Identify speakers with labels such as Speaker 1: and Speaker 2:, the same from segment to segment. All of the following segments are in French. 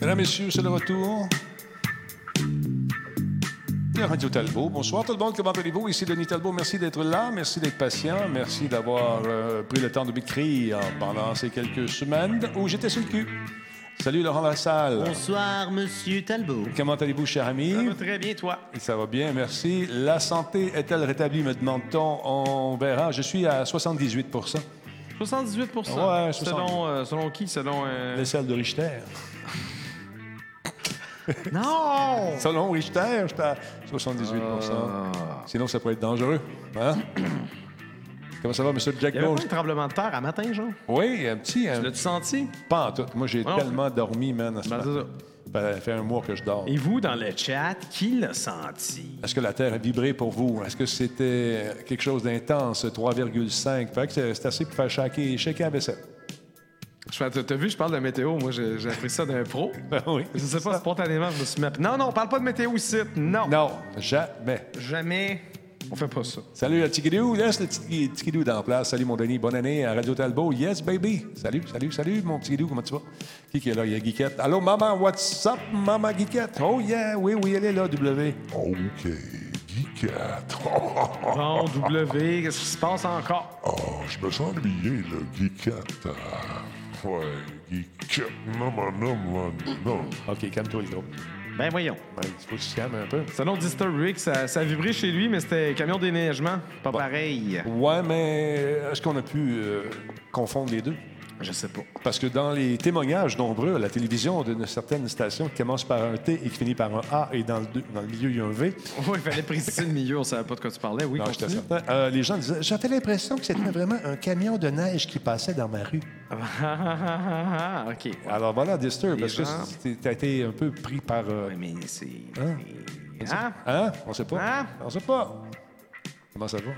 Speaker 1: Mesdames, Messieurs, c'est le retour de Radio Talbot. Bonsoir tout le monde, comment allez-vous? Ici Denis Talbot, merci d'être là, merci d'être patient, merci d'avoir euh, pris le temps de m'écrire pendant ces quelques semaines où j'étais sur le cul. Salut Laurent Lassalle.
Speaker 2: Bonsoir, Monsieur Talbot.
Speaker 1: Comment allez-vous, cher ami?
Speaker 3: Ça va très bien, toi.
Speaker 1: Ça va bien, merci. La santé est-elle rétablie, me demande-t-on? On verra. Je suis à 78
Speaker 3: 78
Speaker 1: Ouais, 78.
Speaker 3: Selon, euh, selon qui? Selon... euh,
Speaker 1: Les salles de Richter.
Speaker 3: Non!
Speaker 1: Selon Richter, j'étais à 78 Sinon, ça pourrait être dangereux. Hein? Comment ça va, M. Jack
Speaker 3: Il y avait
Speaker 1: Bowles?
Speaker 3: pas un tremblement de terre à matin, Jean?
Speaker 1: Oui, un petit. Un...
Speaker 3: L'as-tu senti?
Speaker 1: Pas en tout. Moi, j'ai
Speaker 3: Non.
Speaker 1: tellement dormi, man. à ce
Speaker 3: Ben, c'est
Speaker 1: matin.
Speaker 3: ça.
Speaker 1: Ben, ça fait un mois que je dors.
Speaker 3: Et vous, dans le chat, qui l'a senti?
Speaker 1: Est-ce que la Terre a vibré pour vous? Est-ce que c'était quelque chose d'intense, 3,5? Fait que c'est c'est assez pour faire shaker, shaker la vaisselle.
Speaker 3: Je fais- T'as t'as vu, je parle de météo. Moi, j'ai j'ai appris ça d'un pro.
Speaker 1: Ben oui.
Speaker 3: Je sais pas, spontanément, je me suis mis... à- Non, non, on parle pas de météo ici. Non.
Speaker 1: Non, jamais.
Speaker 3: Jamais. On fait pas ça.
Speaker 1: Salut, le Tikidou. Laisse le Tiki- Tikidou dans la place. Salut, mon Denis. Bonne année à Radio Talbot. Yes, baby. Salut, salut, salut, mon Tikidou. Comment tu vas? Qui qui est là? Il y a Guiquette. Allô, maman, what's up, maman Guiquette? Oh, yeah. Oui, oui, elle est là, W.
Speaker 4: OK, Geekette.
Speaker 3: Bon, W, qu'est-ce qui se passe encore?
Speaker 4: Oh, je me sens ennuyé, là, Geekette. Ah, Ouais, Geekette. Non, non, non, non, non.
Speaker 1: OK, calme-toi, le gros.
Speaker 3: Ben voyons.
Speaker 1: Ben, il faut que tu te calmes un peu.
Speaker 3: Selon Disturbed ça, ça a vibré chez lui, mais c'était camion de déneigement. Pas pareil.
Speaker 1: Ouais, mais est-ce qu'on a pu euh, confondre les deux?
Speaker 3: Je sais pas.
Speaker 1: Parce que dans les témoignages nombreux à la télévision d'une certaine station qui commence par un T et qui finit par un A et dans le, deux- dans le milieu, il y a un V,
Speaker 3: Oui, Oh, il fallait préciser le milieu, on savait pas de quoi tu parlais. Oui,
Speaker 1: Non, j'étais
Speaker 3: continue.
Speaker 1: certain. Euh, les gens disaient J'avais l'impression que c'était vraiment un camion de neige qui passait dans ma rue.
Speaker 3: Ah, ok.
Speaker 1: Alors voilà, Disturb,
Speaker 3: Les
Speaker 1: parce
Speaker 3: gens-
Speaker 1: que tu as été un peu pris par. euh,
Speaker 3: Ouais, mais c'est.
Speaker 1: Hein?
Speaker 3: c'est- Hein?
Speaker 1: Hein On sait pas.
Speaker 3: Hein?
Speaker 1: On sait pas. Comment ça va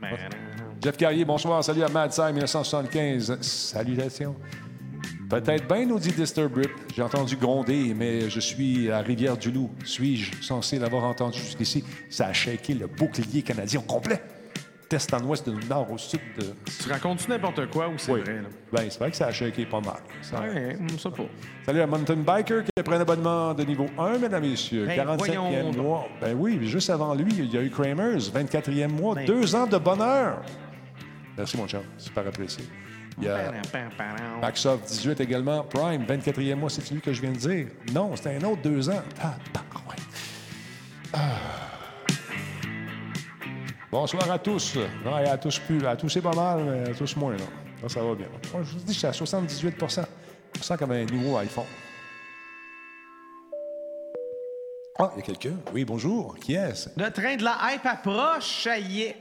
Speaker 3: Ben,
Speaker 1: Jeff Carrier, bonsoir. Salut à Mad Sci 1975. Salutations. Peut-être bien, nous dit Disturb Rip. J'ai entendu gronder, mais je suis à Rivière-du-Loup. Suis-je censé l'avoir entendu jusqu'ici? Ça a shaké le bouclier canadien au complet. Test en l'ouest, du nord au sud. De...
Speaker 3: Tu racontes n'importe quoi ou c'est
Speaker 1: Oui.
Speaker 3: vrai? Là?
Speaker 1: Ben, c'est vrai que ça a shaké pas mal. Ça-
Speaker 3: Ouais, on sait pas.
Speaker 1: Salut à Mountain Biker qui prend un abonnement de niveau 1, mesdames et messieurs.
Speaker 3: Ben,
Speaker 1: 45e
Speaker 3: voyons donc.
Speaker 1: mois. Ben oui, mais juste avant lui, il y a eu Kramers, 24e mois,
Speaker 3: Ben.
Speaker 1: deux ans de bonheur. Merci, mon chum. Super apprécié. Il y a Maxoff 18 également, Prime, 24e mois, c'est celui que je viens de dire. Non, c'était un autre deux ans. Ah, tabarouette. Ah. Bonsoir à tous. Non, et à tous plus. À tous, c'est pas mal, mais à tous moins, non. Ça, ça va bien. Moi, je vous dis, je suis à 78 Je me sens comme un nouveau iPhone. Ah, il y a quelqu'un. Oui, bonjour. Qui est-ce?
Speaker 3: Le train de la hype approche, ça y est.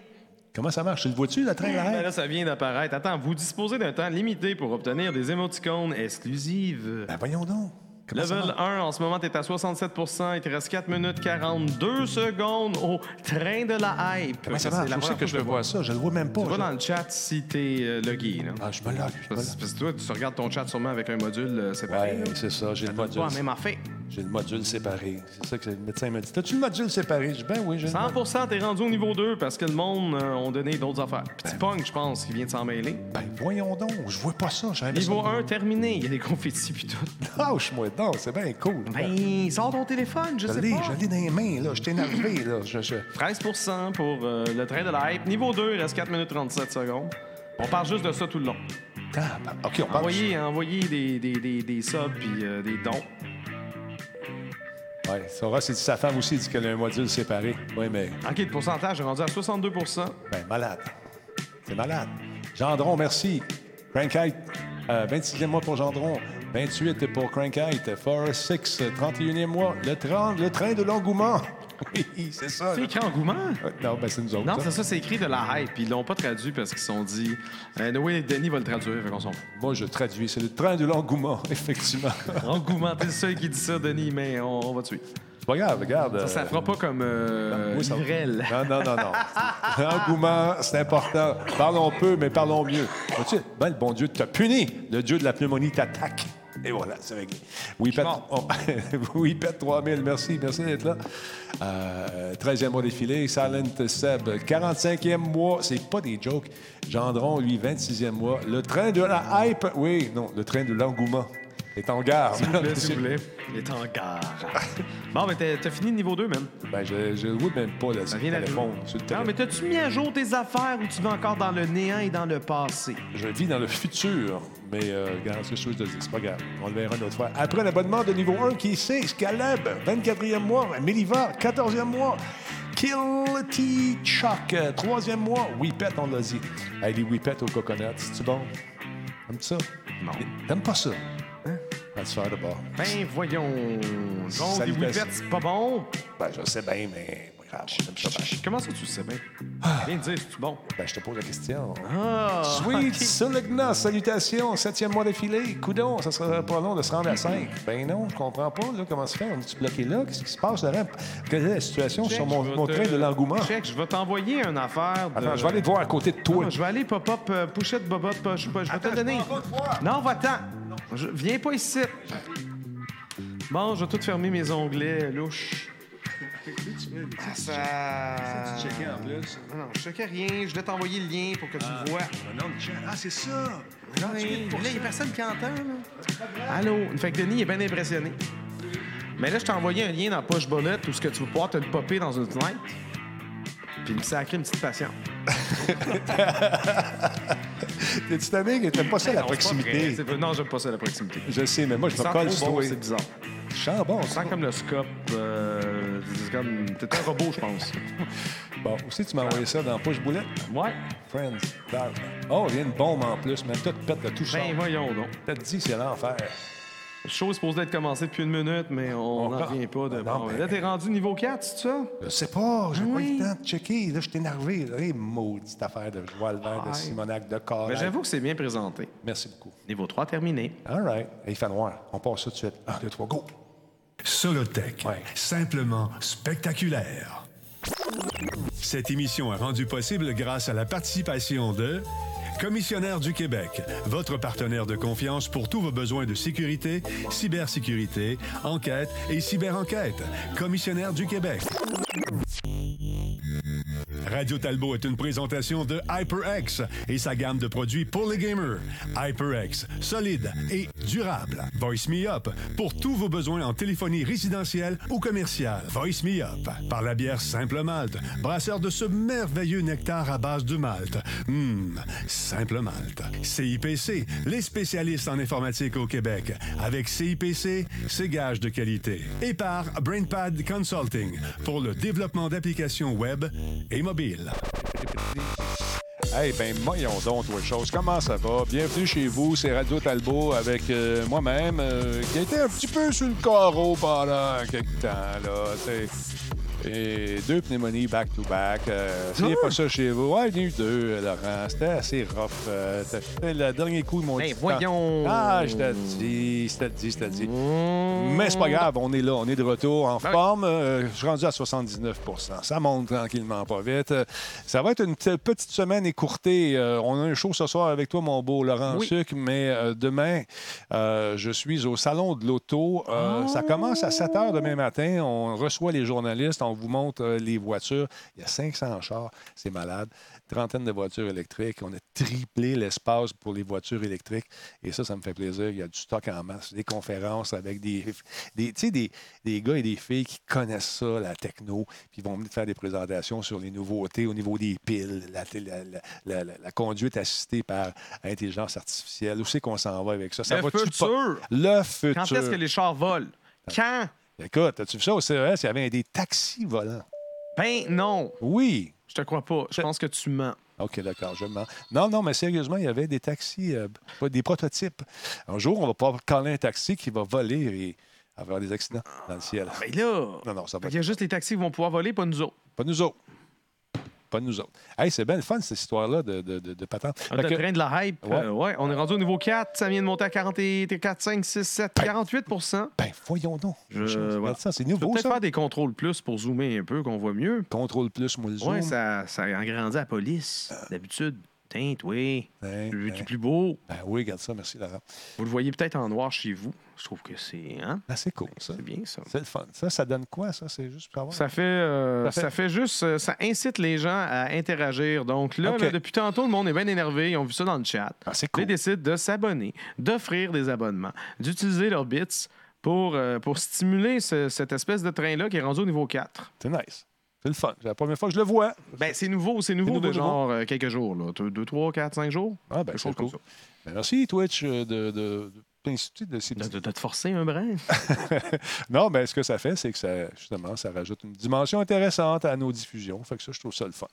Speaker 1: Comment ça marche? Tu le vois-tu, le train
Speaker 3: Ben
Speaker 1: là?
Speaker 3: là, ça vient d'apparaître. Attends, vous disposez d'un temps limité pour obtenir des émoticônes exclusives.
Speaker 1: Ben voyons donc. Comment ça
Speaker 3: Level
Speaker 1: marche?
Speaker 3: 1, en ce moment, t'es à 67 Il te reste 4 minutes 42 secondes au train de la hype.
Speaker 1: Comment ça
Speaker 3: C'est
Speaker 1: marche?
Speaker 3: la
Speaker 1: Où c'est
Speaker 3: première
Speaker 1: que je le vois ça? Je le vois même pas.
Speaker 3: Tu vas
Speaker 1: Je-
Speaker 3: dans le chat si t'es euh, logué. Là.
Speaker 1: Ah, je me loge. Je me loge.
Speaker 3: Parce, parce que toi, tu regardes ton chat sûrement avec un module euh, séparé.
Speaker 1: Ouais,
Speaker 3: là.
Speaker 1: c'est ça, j'ai le
Speaker 3: Pas
Speaker 1: module.
Speaker 3: la même affaire.
Speaker 1: J'ai le module séparé. C'est ça que le médecin m'a dit. T'as-tu le module séparé? Je dis, ben oui, j'ai le module.
Speaker 3: 100 t'es rendu au niveau 2 parce que le monde euh, ont donné d'autres affaires. Petit punk, je pense, qui vient de s'en mêler.
Speaker 1: Ben voyons donc, je vois pas ça. J'avais
Speaker 3: Niveau 1 terminé, il y a des confettis puis tout.
Speaker 1: Lâche-moi donc, c'est bien cool.
Speaker 3: Ben, sors ton téléphone, je
Speaker 1: je
Speaker 3: sais
Speaker 1: l'ai,
Speaker 3: pas.
Speaker 1: je l'ai dans les mains, là. Je t'ai énervé, là. Je, je-
Speaker 3: 13 pour euh, le train de la hype. Niveau 2, il reste 4 minutes 37 secondes. On parle juste de ça tout le long.
Speaker 1: Ah, ben, OK, on parle.
Speaker 3: Envoyez, envoyez des, des, des, des subs puis euh, des dons.
Speaker 1: Ouais, Sora, c'est sa femme aussi dit qu'elle a un module séparé. Oui, mais,
Speaker 3: Ok, le pourcentage est rendu à 62
Speaker 1: ben, malade. C'est malade. Gendron, merci. Crankite, euh, 26e mois pour Gendron. 28 pour Crankite. Forest 6, 31e mois. Le, train- le train de l'engouement. Oui, c'est ça.
Speaker 3: C'est
Speaker 1: là.
Speaker 3: écrit engouement?
Speaker 1: Non, ben, c'est nous autres.
Speaker 3: Non,
Speaker 1: ça.
Speaker 3: c'est ça, c'est écrit de la hype. Ils l'ont pas traduit parce qu'ils se sont dit. Euh, Noé et Denis vont le traduire, fait qu'on s'en fout.
Speaker 1: Moi, je traduis. C'est le train de l'engouement, effectivement.
Speaker 3: Engouement, t'es le seul qui dit ça, Denis, mais on, on va te suivre.
Speaker 1: C'est pas grave, regarde.
Speaker 3: Ça, ça
Speaker 1: euh,
Speaker 3: fera pas comme euh,
Speaker 1: oui, ça-
Speaker 3: Livrel.
Speaker 1: Non, non, non, non. L'engouement, c'est important. Parlons peu, mais parlons mieux. Vois-tu, ben, le bon Dieu t'a puni. Le Dieu de la pneumonie t'attaque. Et voilà, c'est réglé. Oui, Pet, on- oui, Pet 3000, merci, merci d'être là. Euh, 13e mois défilé, Silent Seb, 45e mois, c'est pas des jokes. Gendron, lui, 26e mois. Le train de la hype, oui, non, le train de l'engouement. est en garde.
Speaker 3: S'il vous plaît, s'il vous plaît. Il est en gare. Bon, ben, t'as t'as fini le niveau 2, man.
Speaker 1: Ben, je, je le vois même pas, là, sur le
Speaker 3: vient d'arriver.
Speaker 1: téléphone. Sur le
Speaker 3: Non, mais
Speaker 1: téléphone.
Speaker 3: t'as-tu mis à jour tes affaires ou tu vas encore dans le néant et dans le passé?
Speaker 1: Je vis dans le futur, mais euh, regarde, c'est ce que je te dis, c'est pas grave. On le verra une autre fois. Après l'abonnement de niveau 1 qui est 6, Caleb, 24e mois, Méliva, 14e mois, Kill T Chuck, 3e mois, Whippet, on l'a dit. Hey, les Whippet au coconut, c'est-tu bon? T'aimes ça?
Speaker 3: Non.
Speaker 1: T'aimes pas ça? Hein? À se faire de bord.
Speaker 3: Ben, voyons. Donc, les
Speaker 1: Salutations.
Speaker 3: Whippets, c'est pas bon.
Speaker 1: Ben, je sais bien, mais pas grave, j'aime ça. Ben,
Speaker 3: Comment ça, tu le sais bien? Viens dire, c'est bon.
Speaker 1: ben, je te pose la question.
Speaker 3: Ah,
Speaker 1: Sweet
Speaker 3: ok.
Speaker 1: Soligna, salutations, septième mois défilé. Coudon, ça sera pas long de se rendre à 5. Ben non, je comprends pas, là, comment ça fait? On est-tu bloqué là? Qu'est-ce qui se passe, Laurent? Quelle est la situation
Speaker 3: Check,
Speaker 1: sur mon,
Speaker 3: je vais
Speaker 1: mon
Speaker 3: te-
Speaker 1: train de l'engouement?
Speaker 3: Check, je vais t'envoyer une affaire. de-
Speaker 1: Attends, je vais aller te voir à côté de toi.
Speaker 3: Non, je vais aller pop-up, euh, push-up, bobop, euh, je sais pas, je vais te donner. Non, va-t'en. Je- Viens pas ici. Bon, je vais tout fermer mes onglets louches. Ah, ça...
Speaker 5: en plus.
Speaker 3: Non, non, je checkais rien. Je vais t'envoyer le lien pour que tu le vois.
Speaker 5: Ah, c'est ça!
Speaker 3: Oui, mais là, il n'y a personne qui entend. Là. Allô? Fait que Denis est bien impressionné. Mais là, je t'ai envoyé un lien dans Poche Bullet où ce que tu vas pouvoir te le popper dans une fenêtre. Puis me sacrer une petite patience.
Speaker 1: T'es-tu tanné que t'aimes pas ça, la
Speaker 3: Non, c'est pas vrai,
Speaker 1: proximité?
Speaker 3: c'est pas- Non, j'aime pas ça, la proximité.
Speaker 1: Je sais, mais moi, je
Speaker 3: Ça
Speaker 1: me colle
Speaker 3: trop
Speaker 1: sur
Speaker 3: bon,
Speaker 1: toi.
Speaker 3: c'est bizarre.
Speaker 1: Je sens bon,
Speaker 3: Je
Speaker 1: ça.
Speaker 3: sens comme le scope. euh, c'est comme. T'es un robot, je pense.
Speaker 1: Bon, aussi, tu m'as envoyé ça dans Push Boulette.
Speaker 3: Ouais.
Speaker 1: Friends, dark. Oh, il y a une bombe en plus, mais toi, tu pètes de tout ça.
Speaker 3: Ben, voyons donc.
Speaker 1: T'as dit, c'est l'enfer.
Speaker 3: Chose supposée être commencée depuis une minute, mais on Ah
Speaker 1: On
Speaker 3: n'en
Speaker 1: part.
Speaker 3: revient pas de.
Speaker 1: Non,
Speaker 3: bon,
Speaker 1: mais-
Speaker 3: Là, t'es rendu niveau 4, c'est ça?
Speaker 1: Je sais pas, j'ai
Speaker 3: Oui.
Speaker 1: pas eu le temps de checker. Là, je suis énervé. Là, Eh, maudite affaire de joie le vert, de
Speaker 3: Aïe.
Speaker 1: Simonac, de corps.
Speaker 3: Ben, j'avoue que c'est bien présenté.
Speaker 1: Merci beaucoup.
Speaker 3: Niveau 3 terminé.
Speaker 1: All right. Il fait noir. On passe ça tout de suite. Un, deux, trois, go.
Speaker 6: Solotech,
Speaker 1: Ouais.
Speaker 6: simplement spectaculaire. Cette émission est rendue possible grâce à la participation de Commissionnaire du Québec, votre partenaire de confiance pour tous vos besoins de sécurité, cybersécurité, enquête et cyberenquête. Commissionnaire du Québec. Radio Talbot est une présentation de HyperX et sa gamme de produits pour les gamers. HyperX, solide et durable. Voice Me Up, pour tous vos besoins en téléphonie résidentielle ou commerciale. Voice Me Up, par la bière Simple Malte, brasseur de ce merveilleux nectar à base de malte. Hum, Simple Malte. CIPC, les spécialistes en informatique au Québec. Avec CIPC, c'est gage de qualité. Et par BrainPad Consulting, pour le développement d'applications web et mobiles.
Speaker 1: Hey, ben, voyons donc, toi, chose. Comment ça va? Bienvenue chez vous. C'est Radio Talbot avec euh, moi-même, euh, qui a été un petit peu sur le carreau pendant quelques temps, là. tu sais. Et deux pneumonies back-to-back. Euh, S'il n'y a
Speaker 3: Ah.
Speaker 1: pas ça chez vous, ouais, il y en a eu deux, euh, Laurent. C'était assez rough. Euh, t'as fait le dernier coup, mon
Speaker 3: Ben,
Speaker 1: petit
Speaker 3: voyons. Mmh.
Speaker 1: temps. Ah, je t'ai dit, je t'ai dit, je t'ai dit. Mais c'est pas grave, on est là, on est de retour en forme. Euh, je suis rendu à 79 Ça monte tranquillement, pas vite. Euh, Ça va être une t- petite semaine écourtée. Euh, on a un show ce soir avec toi, mon beau Laurent
Speaker 3: Oui.
Speaker 1: Suc, mais euh, demain, euh, je suis au Salon de l'Auto. Euh, Ça commence à 7 h demain matin. On reçoit les journalistes, on vous montre euh, les voitures. Il y a 500 chars, c'est malade. Trentaine de voitures électriques. On a triplé l'espace pour les voitures électriques. Et ça, ça me fait plaisir. Il y a du stock en masse, des conférences avec des, des, tu sais, des, des gars et des filles qui connaissent ça, la techno, puis ils vont venir te faire des présentations sur les nouveautés au niveau des piles, la, télé- la, la- la- la- la conduite assistée par intelligence artificielle. Où c'est qu'on s'en va avec ça? ça
Speaker 3: Le
Speaker 1: va-tu pas-
Speaker 3: futur!
Speaker 1: Le futur! Ah.
Speaker 3: Quand est-ce que les chars volent? Quand?
Speaker 1: Écoute, as-tu vu ça au CES? Il y avait des taxis volants.
Speaker 3: Ben non,
Speaker 1: Oui!
Speaker 3: je te crois pas. Je pense que tu mens.
Speaker 1: OK, d'accord, je mens. Non, non, mais sérieusement, il y avait des taxis, euh, pas- des prototypes. Un jour, on va pouvoir caler un taxi qui va voler et avoir des accidents dans le ciel.
Speaker 3: Mais Ben là,
Speaker 1: Non, non, ça va
Speaker 3: il y a juste les taxis qui vont pouvoir voler, pas nous autres.
Speaker 1: Pas nous autres. Pas nous autres. Hey, c'est bien le fun, cette histoire-là de, de, de, de patente.
Speaker 3: On
Speaker 1: Fait
Speaker 3: a
Speaker 1: que-
Speaker 3: train de la hype.
Speaker 1: Ouais.
Speaker 3: Euh, ouais, on est rendu au niveau 4. Ça vient de monter à 40 et- 4, 5, 6, 7, 48 Faut
Speaker 1: Ben, voyons donc.
Speaker 3: Je-
Speaker 1: Regarde
Speaker 3: voilà.
Speaker 1: ça, c'est nouveau,
Speaker 3: peut-être
Speaker 1: ça.
Speaker 3: faire des contrôles plus pour zoomer un peu, qu'on voit mieux.
Speaker 1: Contrôle plus, moi, le zoom. Euh.
Speaker 3: Ouais, ça, ça agrandit la police, d'habitude. Teinte, oui.
Speaker 1: Hein,
Speaker 3: plus,
Speaker 1: hein.
Speaker 3: plus beau.
Speaker 1: Ben oui, regarde ça, merci Laurent.
Speaker 3: Vous le voyez peut-être en noir chez vous. Je trouve que c'est. Hein?
Speaker 1: Ah, c'est cool, ça.
Speaker 3: C'est bien ça.
Speaker 1: C'est le fun. Ça, ça donne quoi, ça? C'est juste pour avoir.
Speaker 3: Ça fait, euh,
Speaker 1: Ça
Speaker 3: ça
Speaker 1: fait-
Speaker 3: fait... juste, euh, ça incite les gens à interagir. Donc là,
Speaker 1: OK.
Speaker 3: là, depuis tantôt, le monde est bien énervé. Ils ont vu ça dans le chat.
Speaker 1: Ah, c'est
Speaker 3: Ils
Speaker 1: cool.
Speaker 3: décident de s'abonner, d'offrir des abonnements, d'utiliser leurs bits pour, euh, pour stimuler ce- cette espèce de train-là qui est rendu au niveau 4.
Speaker 1: C'est nice. C'est le fun. C'est la première fois que je le vois.
Speaker 3: Ben, c'est nouveau, c'est nouveau,
Speaker 1: nouveau,
Speaker 3: de
Speaker 1: nouveau.
Speaker 3: genre euh, quelques jours. Là. 2, 3, 4, 5 jours.
Speaker 1: Ah, ben,
Speaker 3: Quelque
Speaker 1: c'est
Speaker 3: chose comme
Speaker 1: cool. Ben, merci, Twitch, euh, de, de, de, de- de ces
Speaker 3: De,
Speaker 1: petits-
Speaker 3: de- de te forcer un brin.
Speaker 1: Non, mais ce que ça fait, c'est que ça, justement, ça rajoute une dimension intéressante à nos diffusions. Fait que ça, je trouve ça le fun.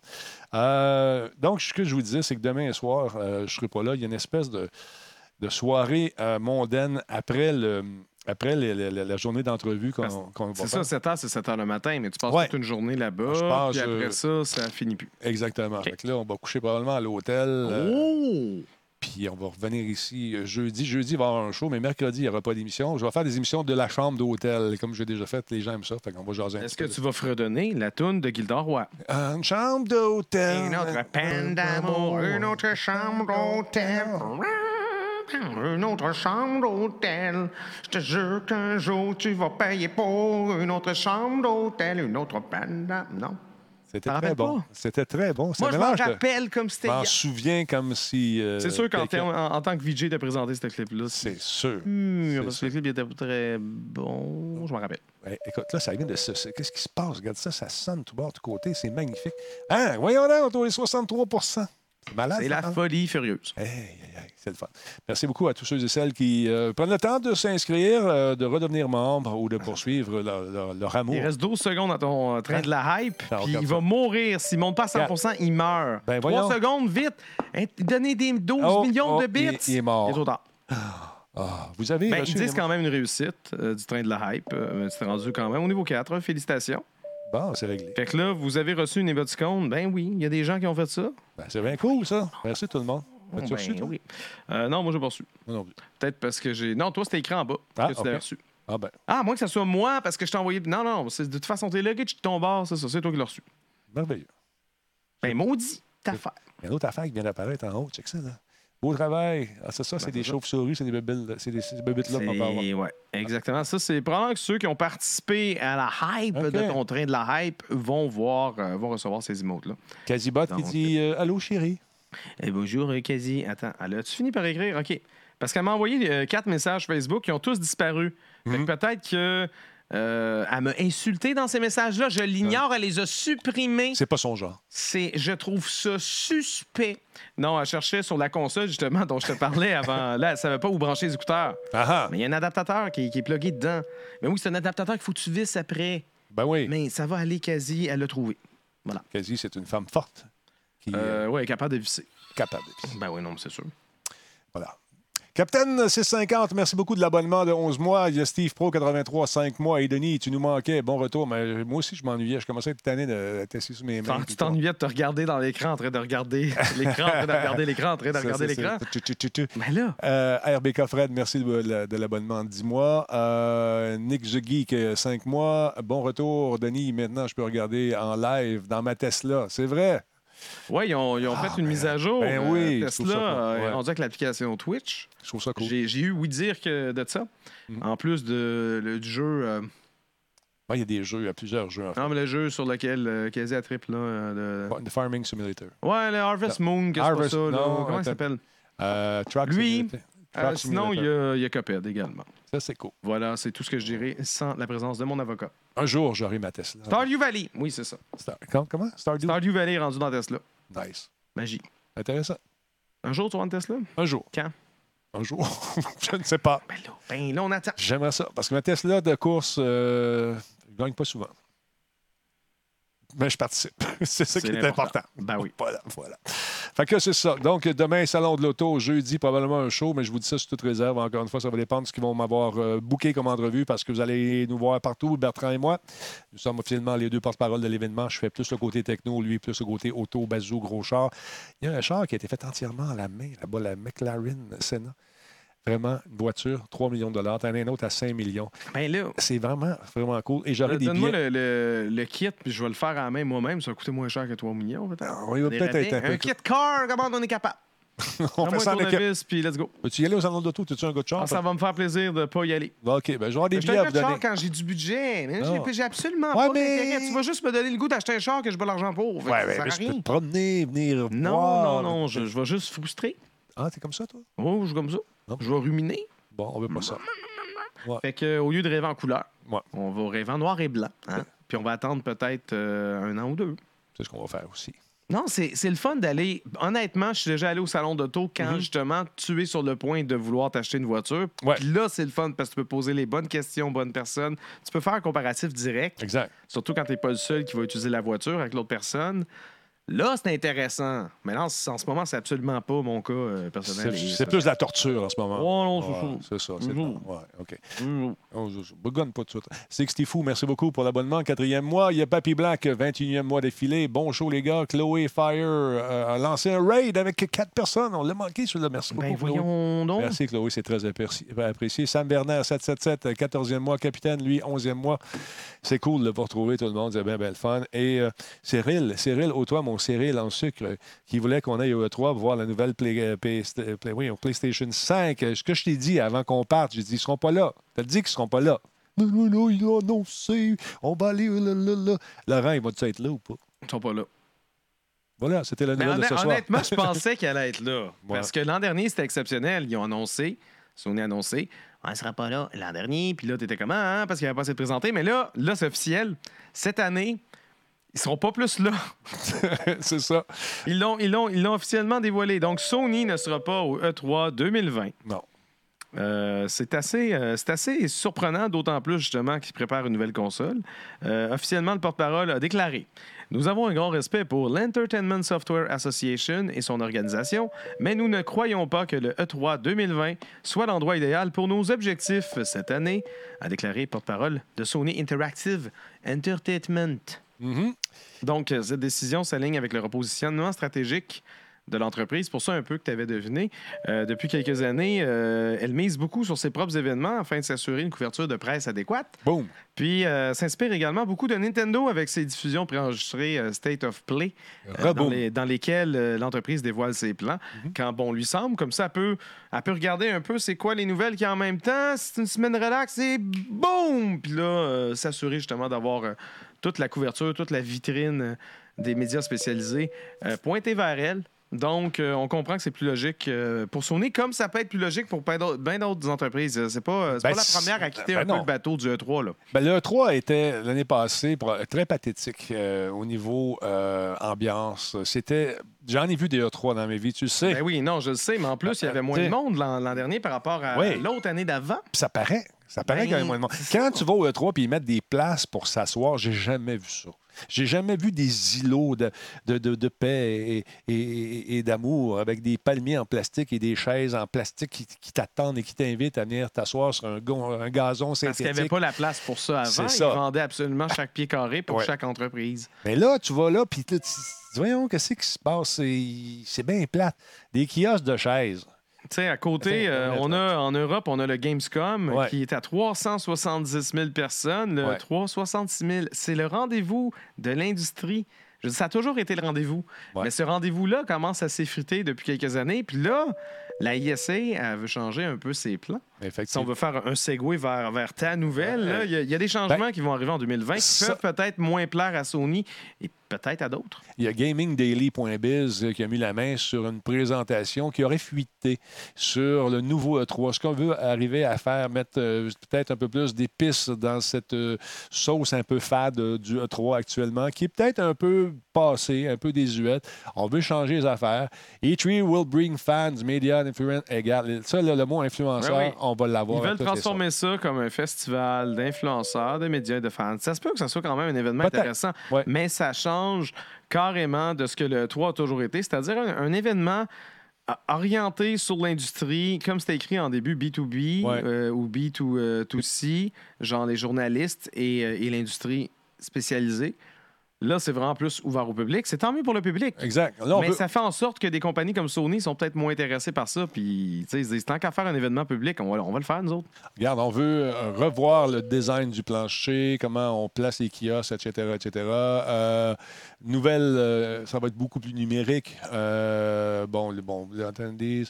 Speaker 1: Euh, donc, ce que je vous disais, c'est que demain soir, euh, je ne serai pas là. Il y a une espèce de, de soirée euh, mondaine après, le, après les- les- la journée d'entrevue qu'on
Speaker 3: Parce-
Speaker 1: qu'on va
Speaker 3: Ah, C'est
Speaker 1: faire.
Speaker 3: ça, 7 heures, c'est 7 heures le matin, mais tu passes
Speaker 1: Ouais.
Speaker 3: toute une journée là-bas.
Speaker 1: Je pense,
Speaker 3: puis
Speaker 1: euh,
Speaker 3: après ça, ça finit plus.
Speaker 1: Exactement. Fait que là, on va coucher probablement à l'hôtel. euh,
Speaker 3: Oh!
Speaker 1: Puis on va revenir ici euh, jeudi. Jeudi, il va y avoir un show, mais mercredi, il n'y aura pas d'émission. Je vais faire des émissions de la chambre d'hôtel. Comme j'ai déjà fait, les gens aiment ça. Fait qu'on va jaser un
Speaker 3: Est-ce
Speaker 1: petit
Speaker 3: que
Speaker 1: peu
Speaker 3: tu vas fredonner la toune de Gildor Roy?
Speaker 1: de- Une chambre d'hôtel.
Speaker 3: Une autre hein? peine d'amour, une autre chambre d'hôtel. Une autre chambre d'hôtel. Je te jure qu'un jour tu vas payer pour une autre chambre d'hôtel, une autre peine d'amour. Non.
Speaker 1: C'était
Speaker 3: T'en
Speaker 1: très
Speaker 3: rappelles
Speaker 1: bon.
Speaker 3: pas?
Speaker 1: C'était très bon. Ça
Speaker 3: Moi, je m'en
Speaker 1: mélange de-
Speaker 3: rappelle comme
Speaker 1: Je
Speaker 3: c'était
Speaker 1: m'en
Speaker 3: hier.
Speaker 1: souviens comme si. euh,
Speaker 3: C'est sûr qu'en
Speaker 1: quelqu'un-
Speaker 3: termes- en, en tant que VJ, de présenter ce clip-là, c'est
Speaker 1: C'est sûr.
Speaker 3: sûr.
Speaker 1: c'est
Speaker 3: parce que Le clip il était très bon. Je m'en rappelle.
Speaker 1: Ouais, écoute, là, ça vient de ce. ce- Qu'est-ce qui se passe? Regarde ça, ça sonne tout bord, tout côté. C'est magnifique. Hein? Voyons là, autour des 63 C'est malade.
Speaker 3: C'est
Speaker 1: ça,
Speaker 3: la
Speaker 1: hein?
Speaker 3: folie furieuse.
Speaker 1: Hey, hey, hey, c'est le fun. Merci beaucoup à tous ceux et celles qui euh, prennent le temps de s'inscrire, euh, de redevenir membre ou de poursuivre leur, leur- leur amour.
Speaker 3: Il reste 12 secondes à ton euh, train de la hype,
Speaker 1: Oh. Ah,
Speaker 3: puis
Speaker 1: regarde
Speaker 3: il
Speaker 1: ça.
Speaker 3: va mourir. S'il monte pas à 100 il meurt.
Speaker 1: Ben,
Speaker 3: 3
Speaker 1: voyons.
Speaker 3: secondes, vite. Hein, Donnez des 12
Speaker 1: Oh,
Speaker 3: millions
Speaker 1: oh,
Speaker 3: de bits.
Speaker 1: il- il est mort.
Speaker 3: Il est trop tard.
Speaker 1: Ah, vous avez
Speaker 3: Ben,
Speaker 1: reçu
Speaker 3: ils
Speaker 1: une
Speaker 3: disent quand même une réussite euh, du train de la hype. Euh, C'est rendu quand même au niveau 4. hein, Félicitations.
Speaker 1: émo- Bon, c'est réglé.
Speaker 3: Fait que là, vous avez reçu une émoticône. Ben oui, il y a des gens qui ont fait ça.
Speaker 1: Ben, c'est bien cool, ça. Merci tout le monde. As-tu
Speaker 3: Ben
Speaker 1: reçu, toi?
Speaker 3: oui. Euh, non, moi, j'ai pas reçu.
Speaker 1: Moi non plus.
Speaker 3: Peut-être parce que j'ai. Non, toi, c'était écrit en bas
Speaker 1: Ah,
Speaker 3: que tu
Speaker 1: ok.
Speaker 3: l'avais reçu.
Speaker 1: Ah, ben,
Speaker 3: Ah, moins que ça soit moi parce que je t'ai envoyé. Non, non, c'est- de toute façon, t'es là, que tu tombes bord, c'est ça, c'est toi qui l'as reçu.
Speaker 1: merveilleux.
Speaker 3: Ben maudit, ta affaire.
Speaker 1: Il y a une autre affaire qui vient d'apparaître en haut. Check ça, là. Beau travail. Ah, c'est ça,
Speaker 3: Ben,
Speaker 1: c'est des chauves-souris, c'est des bébés, c'est des ces bébites-là qu'on peut avoir.
Speaker 3: C'est- ouais, exactement. Ça, c'est probablement que ceux qui ont participé à la hype
Speaker 1: Ok.
Speaker 3: de ton train de la hype vont voir, euh, vont recevoir ces emotes-là.
Speaker 1: Quasibot qui
Speaker 3: Donc,
Speaker 1: dit euh, Allô, chérie.
Speaker 3: Eh, bonjour, euh, Kazi. Attends, elle a-tu fini par écrire? OK. Parce qu'elle m'a envoyé euh, quatre messages Facebook qui ont tous disparu. Fait que peut-être que. euh, elle m'a insulté dans ces messages-là. Je l'ignore, elle les a supprimés.
Speaker 1: C'est pas son genre.
Speaker 3: C'est, je trouve ça suspect. Non, elle cherchait sur la console, justement, dont je te parlais avant. Là, elle savait pas où brancher les écouteurs.
Speaker 1: Ah ah.
Speaker 3: Mais il y a un adaptateur qui, qui est plugué dedans. Mais oui, c'est un adaptateur qu'il faut que tu visses après.
Speaker 1: Ben oui.
Speaker 3: Mais ça va aller quasi, elle l'a trouvé.
Speaker 1: Quasi, c'est une femme forte qui
Speaker 3: Euh, ouais, capable de visser.
Speaker 1: est capable de pisser.
Speaker 3: Ben oui, non, mais c'est sûr.
Speaker 1: Voilà. Captain 650, merci beaucoup de l'abonnement de 11 mois. Il y a Steve Pro 83, 5 mois. Et Denis, tu nous manquais. Bon retour. Mais moi aussi, je m'ennuyais. Je commençais à être tanné de- d'être assis sous mes mains.
Speaker 3: T'en- Tu t'ennuyais de te regarder dans l'écran en train de regarder l'écran, en train de regarder l'écran, en train de
Speaker 1: Ça,
Speaker 3: regarder
Speaker 1: c'est-
Speaker 3: l'écran.
Speaker 1: c'est- tu- tu- tu- tu.
Speaker 3: Mais là,
Speaker 1: Euh, RBK Fred, merci de, de- de l'abonnement de 10 mois. Euh, Nick The Geek, 5 mois. Bon retour, Denis. Maintenant, je peux regarder en live dans ma Tesla. C'est vrai.
Speaker 3: ouais, ils ont, ils ont fait une mise à jour.
Speaker 1: ben oui, je trouve
Speaker 3: Tesla,
Speaker 1: ça cool.
Speaker 3: euh,
Speaker 1: Ouais.
Speaker 3: on dit que l'application Twitch,
Speaker 1: Je trouve ça cool. Mm.
Speaker 3: j'ai j'ai eu oui dire que de ça. En plus de, le- du jeu, euh,
Speaker 1: Ouais, Il y a des jeux, il y a plusieurs jeux. En fait.
Speaker 3: non, mais le jeu sur lequel euh, Kazi a trip, là. euh, de-
Speaker 1: The Farming Simulator.
Speaker 3: Ouais, le Harvest Moon, qu'est-ce que
Speaker 1: Harvest-
Speaker 3: c'est pas ça, là?
Speaker 1: non,
Speaker 3: Comment
Speaker 1: attends.
Speaker 3: il s'appelle?
Speaker 1: Euh, Truck
Speaker 3: Lui,
Speaker 1: Simulator.
Speaker 3: Euh,
Speaker 1: Truck
Speaker 3: sinon, il y,
Speaker 1: Simulator.
Speaker 3: a, il y a Cuphead également.
Speaker 1: Ça, c'est cool.
Speaker 3: Voilà, c'est tout ce que je dirais sans la présence de mon avocat.
Speaker 1: Un jour, j'aurai ma Tesla.
Speaker 3: Stardew Valley. Oui, c'est ça.
Speaker 1: Star- com- Comment? Stardew?
Speaker 3: Stardew Valley est rendu dans Tesla.
Speaker 1: Nice.
Speaker 3: Magie.
Speaker 1: Intéressant.
Speaker 3: Un jour, tu vas en Tesla?
Speaker 1: Un jour.
Speaker 3: Quand?
Speaker 1: Un jour. je ne sais pas.
Speaker 3: Ben là, ben là, on attend.
Speaker 1: J'aimerais ça. Parce que ma Tesla de course, euh, je ne gagne pas souvent. Mais je participe. c'est ça qui est important.
Speaker 3: Ben oui.
Speaker 1: Voilà, voilà. Fait que c'est ça. Donc, demain, salon de l'auto. Jeudi, probablement un show, mais je vous dis ça sous toute réserve. Encore une fois, ça va dépendre de ce qu'ils vont m'avoir euh, booké comme entrevue parce que vous allez nous voir partout, Bertrand et moi. Nous sommes officiellement les deux porte-parole de l'événement. Je fais plus le côté techno, lui plus le côté auto, bazou, gros char. Il y a un char qui a été fait entièrement à la main, là-bas, la McLaren Senna. Vraiment, une voiture, 3 millions de dollars. T'en as un autre à 5 millions.
Speaker 3: Ben là, euh,
Speaker 1: C'est vraiment, vraiment cool. Et j'aurais des
Speaker 3: donne-moi
Speaker 1: billets.
Speaker 3: le, le- le kit, puis je vais le faire à la main moi-même. Ça va coûter moins cher que 3 millions. peut-être.
Speaker 1: Ah, oui, il va
Speaker 3: Des
Speaker 1: peut-être
Speaker 3: rabais.
Speaker 1: être un peu
Speaker 3: un
Speaker 1: tout.
Speaker 3: kit car, comment on est capable.
Speaker 1: On fait
Speaker 3: Donne-moi
Speaker 1: ça
Speaker 3: un
Speaker 1: en équipe.
Speaker 3: tournevis, puis let's go.
Speaker 1: Peux-tu y aller au salon d'auto? T'es-tu un gars de char?
Speaker 3: Ah, ça va me faire plaisir de pas y aller.
Speaker 1: OK, ben j'aurai des
Speaker 3: Je suis
Speaker 1: billets à
Speaker 3: un
Speaker 1: vous
Speaker 3: gars de
Speaker 1: donner.
Speaker 3: char quand j'ai du budget. mais
Speaker 1: Non.
Speaker 3: J'ai j'ai absolument
Speaker 1: Ouais,
Speaker 3: pas
Speaker 1: mais-
Speaker 3: d'intérêt. Tu vas juste me donner le goût d'acheter un char que je pas l'argent pour. Fait que
Speaker 1: Ouais,
Speaker 3: ça
Speaker 1: ouais,
Speaker 3: sert
Speaker 1: mais
Speaker 3: à
Speaker 1: je peux
Speaker 3: rien.
Speaker 1: te promener, venir
Speaker 3: Non,
Speaker 1: voir.
Speaker 3: non, non, je, je vais juste frustrer.
Speaker 1: Ah, t'es comme ça, toi?
Speaker 3: Oh, je suis comme ça.
Speaker 1: Non.
Speaker 3: Je vais ruminer.
Speaker 1: Bon, on veut pas ça.
Speaker 3: Fait que, euh, au lieu de rêver en couleur,
Speaker 1: Ouais.
Speaker 3: on va rêver en noir et blanc. hein. Puis on va attendre peut-être euh, un an ou deux.
Speaker 1: C'est ce qu'on va faire aussi.
Speaker 3: Non, c'est c'est le fun d'aller. Honnêtement, je suis déjà allé au salon d'auto quand justement tu es sur le point de vouloir t'acheter une voiture.
Speaker 1: Mhm. Ouais.
Speaker 3: Puis là, c'est le fun parce que tu peux poser les bonnes questions aux bonnes personnes. Tu peux faire un comparatif direct,
Speaker 1: Exact.
Speaker 3: surtout quand tu n'es pas le seul qui va utiliser la voiture avec l'autre personne. Là, c'est intéressant. Mais là, en ce en ce moment, c'est absolument pas mon cas euh, personnel.
Speaker 1: C'est
Speaker 3: Et
Speaker 1: c'est
Speaker 3: ça-
Speaker 1: plus de la torture en ce moment.
Speaker 3: Oh non,
Speaker 1: Ouais,
Speaker 3: chouchou.
Speaker 1: c'est ça. C'est
Speaker 3: Mhm.
Speaker 1: ouais, OK.
Speaker 3: Mm.
Speaker 1: Oh, je- je begonne pas tout de suite. C'est que c'était fou. Merci beaucoup pour l'abonnement. Quatrième mois, il y a Papy Black, 21e mois défilé. Bon show, les gars. Chloé Fire euh, a lancé un raid avec quatre personnes. On l'a manqué, celui-là. Merci beaucoup.
Speaker 3: Ben
Speaker 1: Chloé.
Speaker 3: voyons donc.
Speaker 1: Merci, Chloé. C'est très appréci- ben, apprécié. Sam Bernard, 777, euh, 14e mois. Capitaine, lui, 11e mois. C'est cool de vous retrouver, tout le monde. C'est bien, bien le fun. Et euh, Cyril, Cyril, au toit, mon Cyril en sucre, euh, qui voulait qu'on aille au E3 voir la nouvelle Play- euh, PS- euh, Play- oui, au PlayStation 5. Euh, Ce que je t'ai dit avant qu'on parte, j'ai dit, ils seront pas là. T'as dit qu'ils seront pas là. Non, non, non, ils l'ont annoncé. On va aller euh, là, là, là. Laurent, il va-tu être là ou pas?
Speaker 3: Ils sont pas là.
Speaker 1: Voilà, c'était la
Speaker 3: Mais
Speaker 1: nouvelle de
Speaker 3: Ben, honn-
Speaker 1: ce soir.
Speaker 3: honnêtement, je pensais qu'elle allait être là.
Speaker 1: Ouais.
Speaker 3: Parce que l'an dernier, c'était exceptionnel. Ils ont annoncé, Sony a annoncé, on ne sera pas là l'an dernier. Puis là, t'étais comment, hein? Parce qu'il n'y avait pas assez de présenté. Mais là, là, c'est officiel. Cette année, ils seront pas plus là.
Speaker 1: C'est ça.
Speaker 3: Ils l'ont, ils l'ont, ils l'ont officiellement dévoilé. Donc, Sony ne sera pas au E E3 2020.
Speaker 1: Non.
Speaker 3: Euh, c'est, assez, euh, c'est assez surprenant, d'autant plus justement qu'ils préparent une nouvelle console. Euh, officiellement, le porte-parole a déclaré Nous avons un grand respect pour l'Entertainment Software Association et son organisation, mais nous ne croyons pas que le E E3 2020 soit l'endroit idéal pour nos objectifs cette année, a déclaré le porte-parole de Sony Interactive Entertainment.
Speaker 1: Mhm.
Speaker 3: Donc, euh, cette décision s'aligne avec le repositionnement stratégique de l'entreprise. Pour ça, un peu que tu avais deviné, euh, depuis quelques années, euh, elle mise beaucoup sur ses propres événements afin de s'assurer une couverture de presse adéquate.
Speaker 1: Boum.
Speaker 3: Puis, euh, s'inspire également beaucoup de Nintendo avec ses diffusions préenregistrées euh, State of Play, euh, dans,
Speaker 1: Reboum.
Speaker 3: les- dans lesquelles euh, l'entreprise dévoile ses plans
Speaker 1: Mhm.
Speaker 3: quand bon lui semble. Comme ça, elle peut, elle peut regarder un peu c'est quoi les nouvelles qui en même temps. C'est une semaine relax et boum! Puis là, euh, s'assurer justement d'avoir euh, toute la couverture, toute la vitrine euh, des médias spécialisés euh, pointée vers elle. Donc, euh, on comprend que c'est plus logique euh, pour Sony, comme ça peut être plus logique pour bien d'autres- bien d'autres entreprises. Euh, C'est pas, euh, c'est
Speaker 1: Ben,
Speaker 3: pas la
Speaker 1: c'est-
Speaker 3: première à quitter
Speaker 1: ben
Speaker 3: un peu
Speaker 1: non.
Speaker 3: le bateau du E3. Là.
Speaker 1: Ben, le E3 était l'année passée pro- très pathétique euh, au niveau euh, ambiance. C'était. J'en ai vu des E3 dans mes vies, tu le sais.
Speaker 3: Ben oui, non, je le sais, mais en plus, il y avait moins de
Speaker 1: T'sais-
Speaker 3: monde l'an l'an dernier par rapport à
Speaker 1: Oui.
Speaker 3: l'autre année d'avant.
Speaker 1: Puis Ça paraît. Ça paraît
Speaker 3: Ben,
Speaker 1: quand même moins de monde.
Speaker 3: c'est
Speaker 1: Quand
Speaker 3: ça.
Speaker 1: tu vas au E3 puis ils mettent des places pour s'asseoir, j'ai jamais vu ça. J'ai jamais vu des îlots de, de, de- de paix et, et- et d'amour avec des palmiers en plastique et des chaises en plastique qui, qui t'attendent et qui t'invitent à venir t'asseoir sur un, gon- un gazon
Speaker 3: Parce qu'il
Speaker 1: synthétique.
Speaker 3: n'y avait pas la place pour ça
Speaker 1: C'est
Speaker 3: avant. Ils
Speaker 1: ça.
Speaker 3: vendaient absolument chaque pied carré pour
Speaker 1: Ouais.
Speaker 3: chaque entreprise.
Speaker 1: Mais là, tu vas là, puis tu tu- tu dis, voyons, qu'est-ce qui se passe? C'est c'est bien plate. Des kiosques de chaises.
Speaker 3: Tu sais, à côté,
Speaker 1: Attends,
Speaker 3: euh,
Speaker 1: attends.
Speaker 3: on a, en Europe, on a le Gamescom
Speaker 1: Ouais.
Speaker 3: qui est à 370 000 personnes. Le
Speaker 1: Ouais.
Speaker 3: 366 000, c'est le rendez-vous de l'industrie. Je veux dire, ça a toujours été le rendez-vous.
Speaker 1: Ouais.
Speaker 3: Mais ce rendez-vous-là commence à s'effriter depuis quelques années. Puis là, la ISA, elle veut changer un peu ses plans. Si on
Speaker 1: Effectivement.
Speaker 3: veut faire un segway vers, vers ta nouvelle, là, il y, a- il y a des changements qui vont arriver en 2020 qui
Speaker 1: Ben, ça-
Speaker 3: peuvent peut-être moins plaire à Sony et peut-être à d'autres.
Speaker 1: Il y a GamingDaily.biz euh, qui a mis la main sur une présentation qui aurait fuité sur le nouveau E3. Ce qu'on veut arriver à faire, mettre euh, peut-être un peu plus d'épices dans cette euh, sauce un peu fade euh, du E3 actuellement, qui est peut-être un peu passée, un peu désuète. On veut changer les affaires. E3 will bring fans, media, and influence. Eh, Regarde, ça, là, le mot influenceur,
Speaker 3: Ouais, oui.
Speaker 1: on va l'avoir.
Speaker 3: Ils
Speaker 1: à
Speaker 3: veulent
Speaker 1: toutes les
Speaker 3: transformer ça comme un festival d'influenceurs, de médias et de fans. Ça se peut que ça soit quand même un événement
Speaker 1: Peut-être.
Speaker 3: intéressant,
Speaker 1: Ouais.
Speaker 3: mais ça change carrément de ce que le 3 a toujours été, c'est-à-dire un, un événement euh, orienté sur l'industrie, comme c'était écrit en début, B2B
Speaker 1: Ouais.
Speaker 3: euh, ou B2C, genre les journalistes et, euh, et l'industrie spécialisée. Là, c'est vraiment plus ouvert au public. C'est tant mieux pour le public.
Speaker 1: Exact. Là, on
Speaker 3: mais
Speaker 1: peut-
Speaker 3: ça fait en sorte que des compagnies comme Sony sont peut-être moins intéressées par ça. Puis, tu sais, ils se disent, tant qu'à faire un événement public, on va, on va le faire, nous autres.
Speaker 1: Regarde, on veut euh, revoir le design du plancher, comment on place les kiosques, etc., etc. Euh, nouvelle, euh, ça va être beaucoup plus numérique. Euh, bon, le- bon, vous entendez,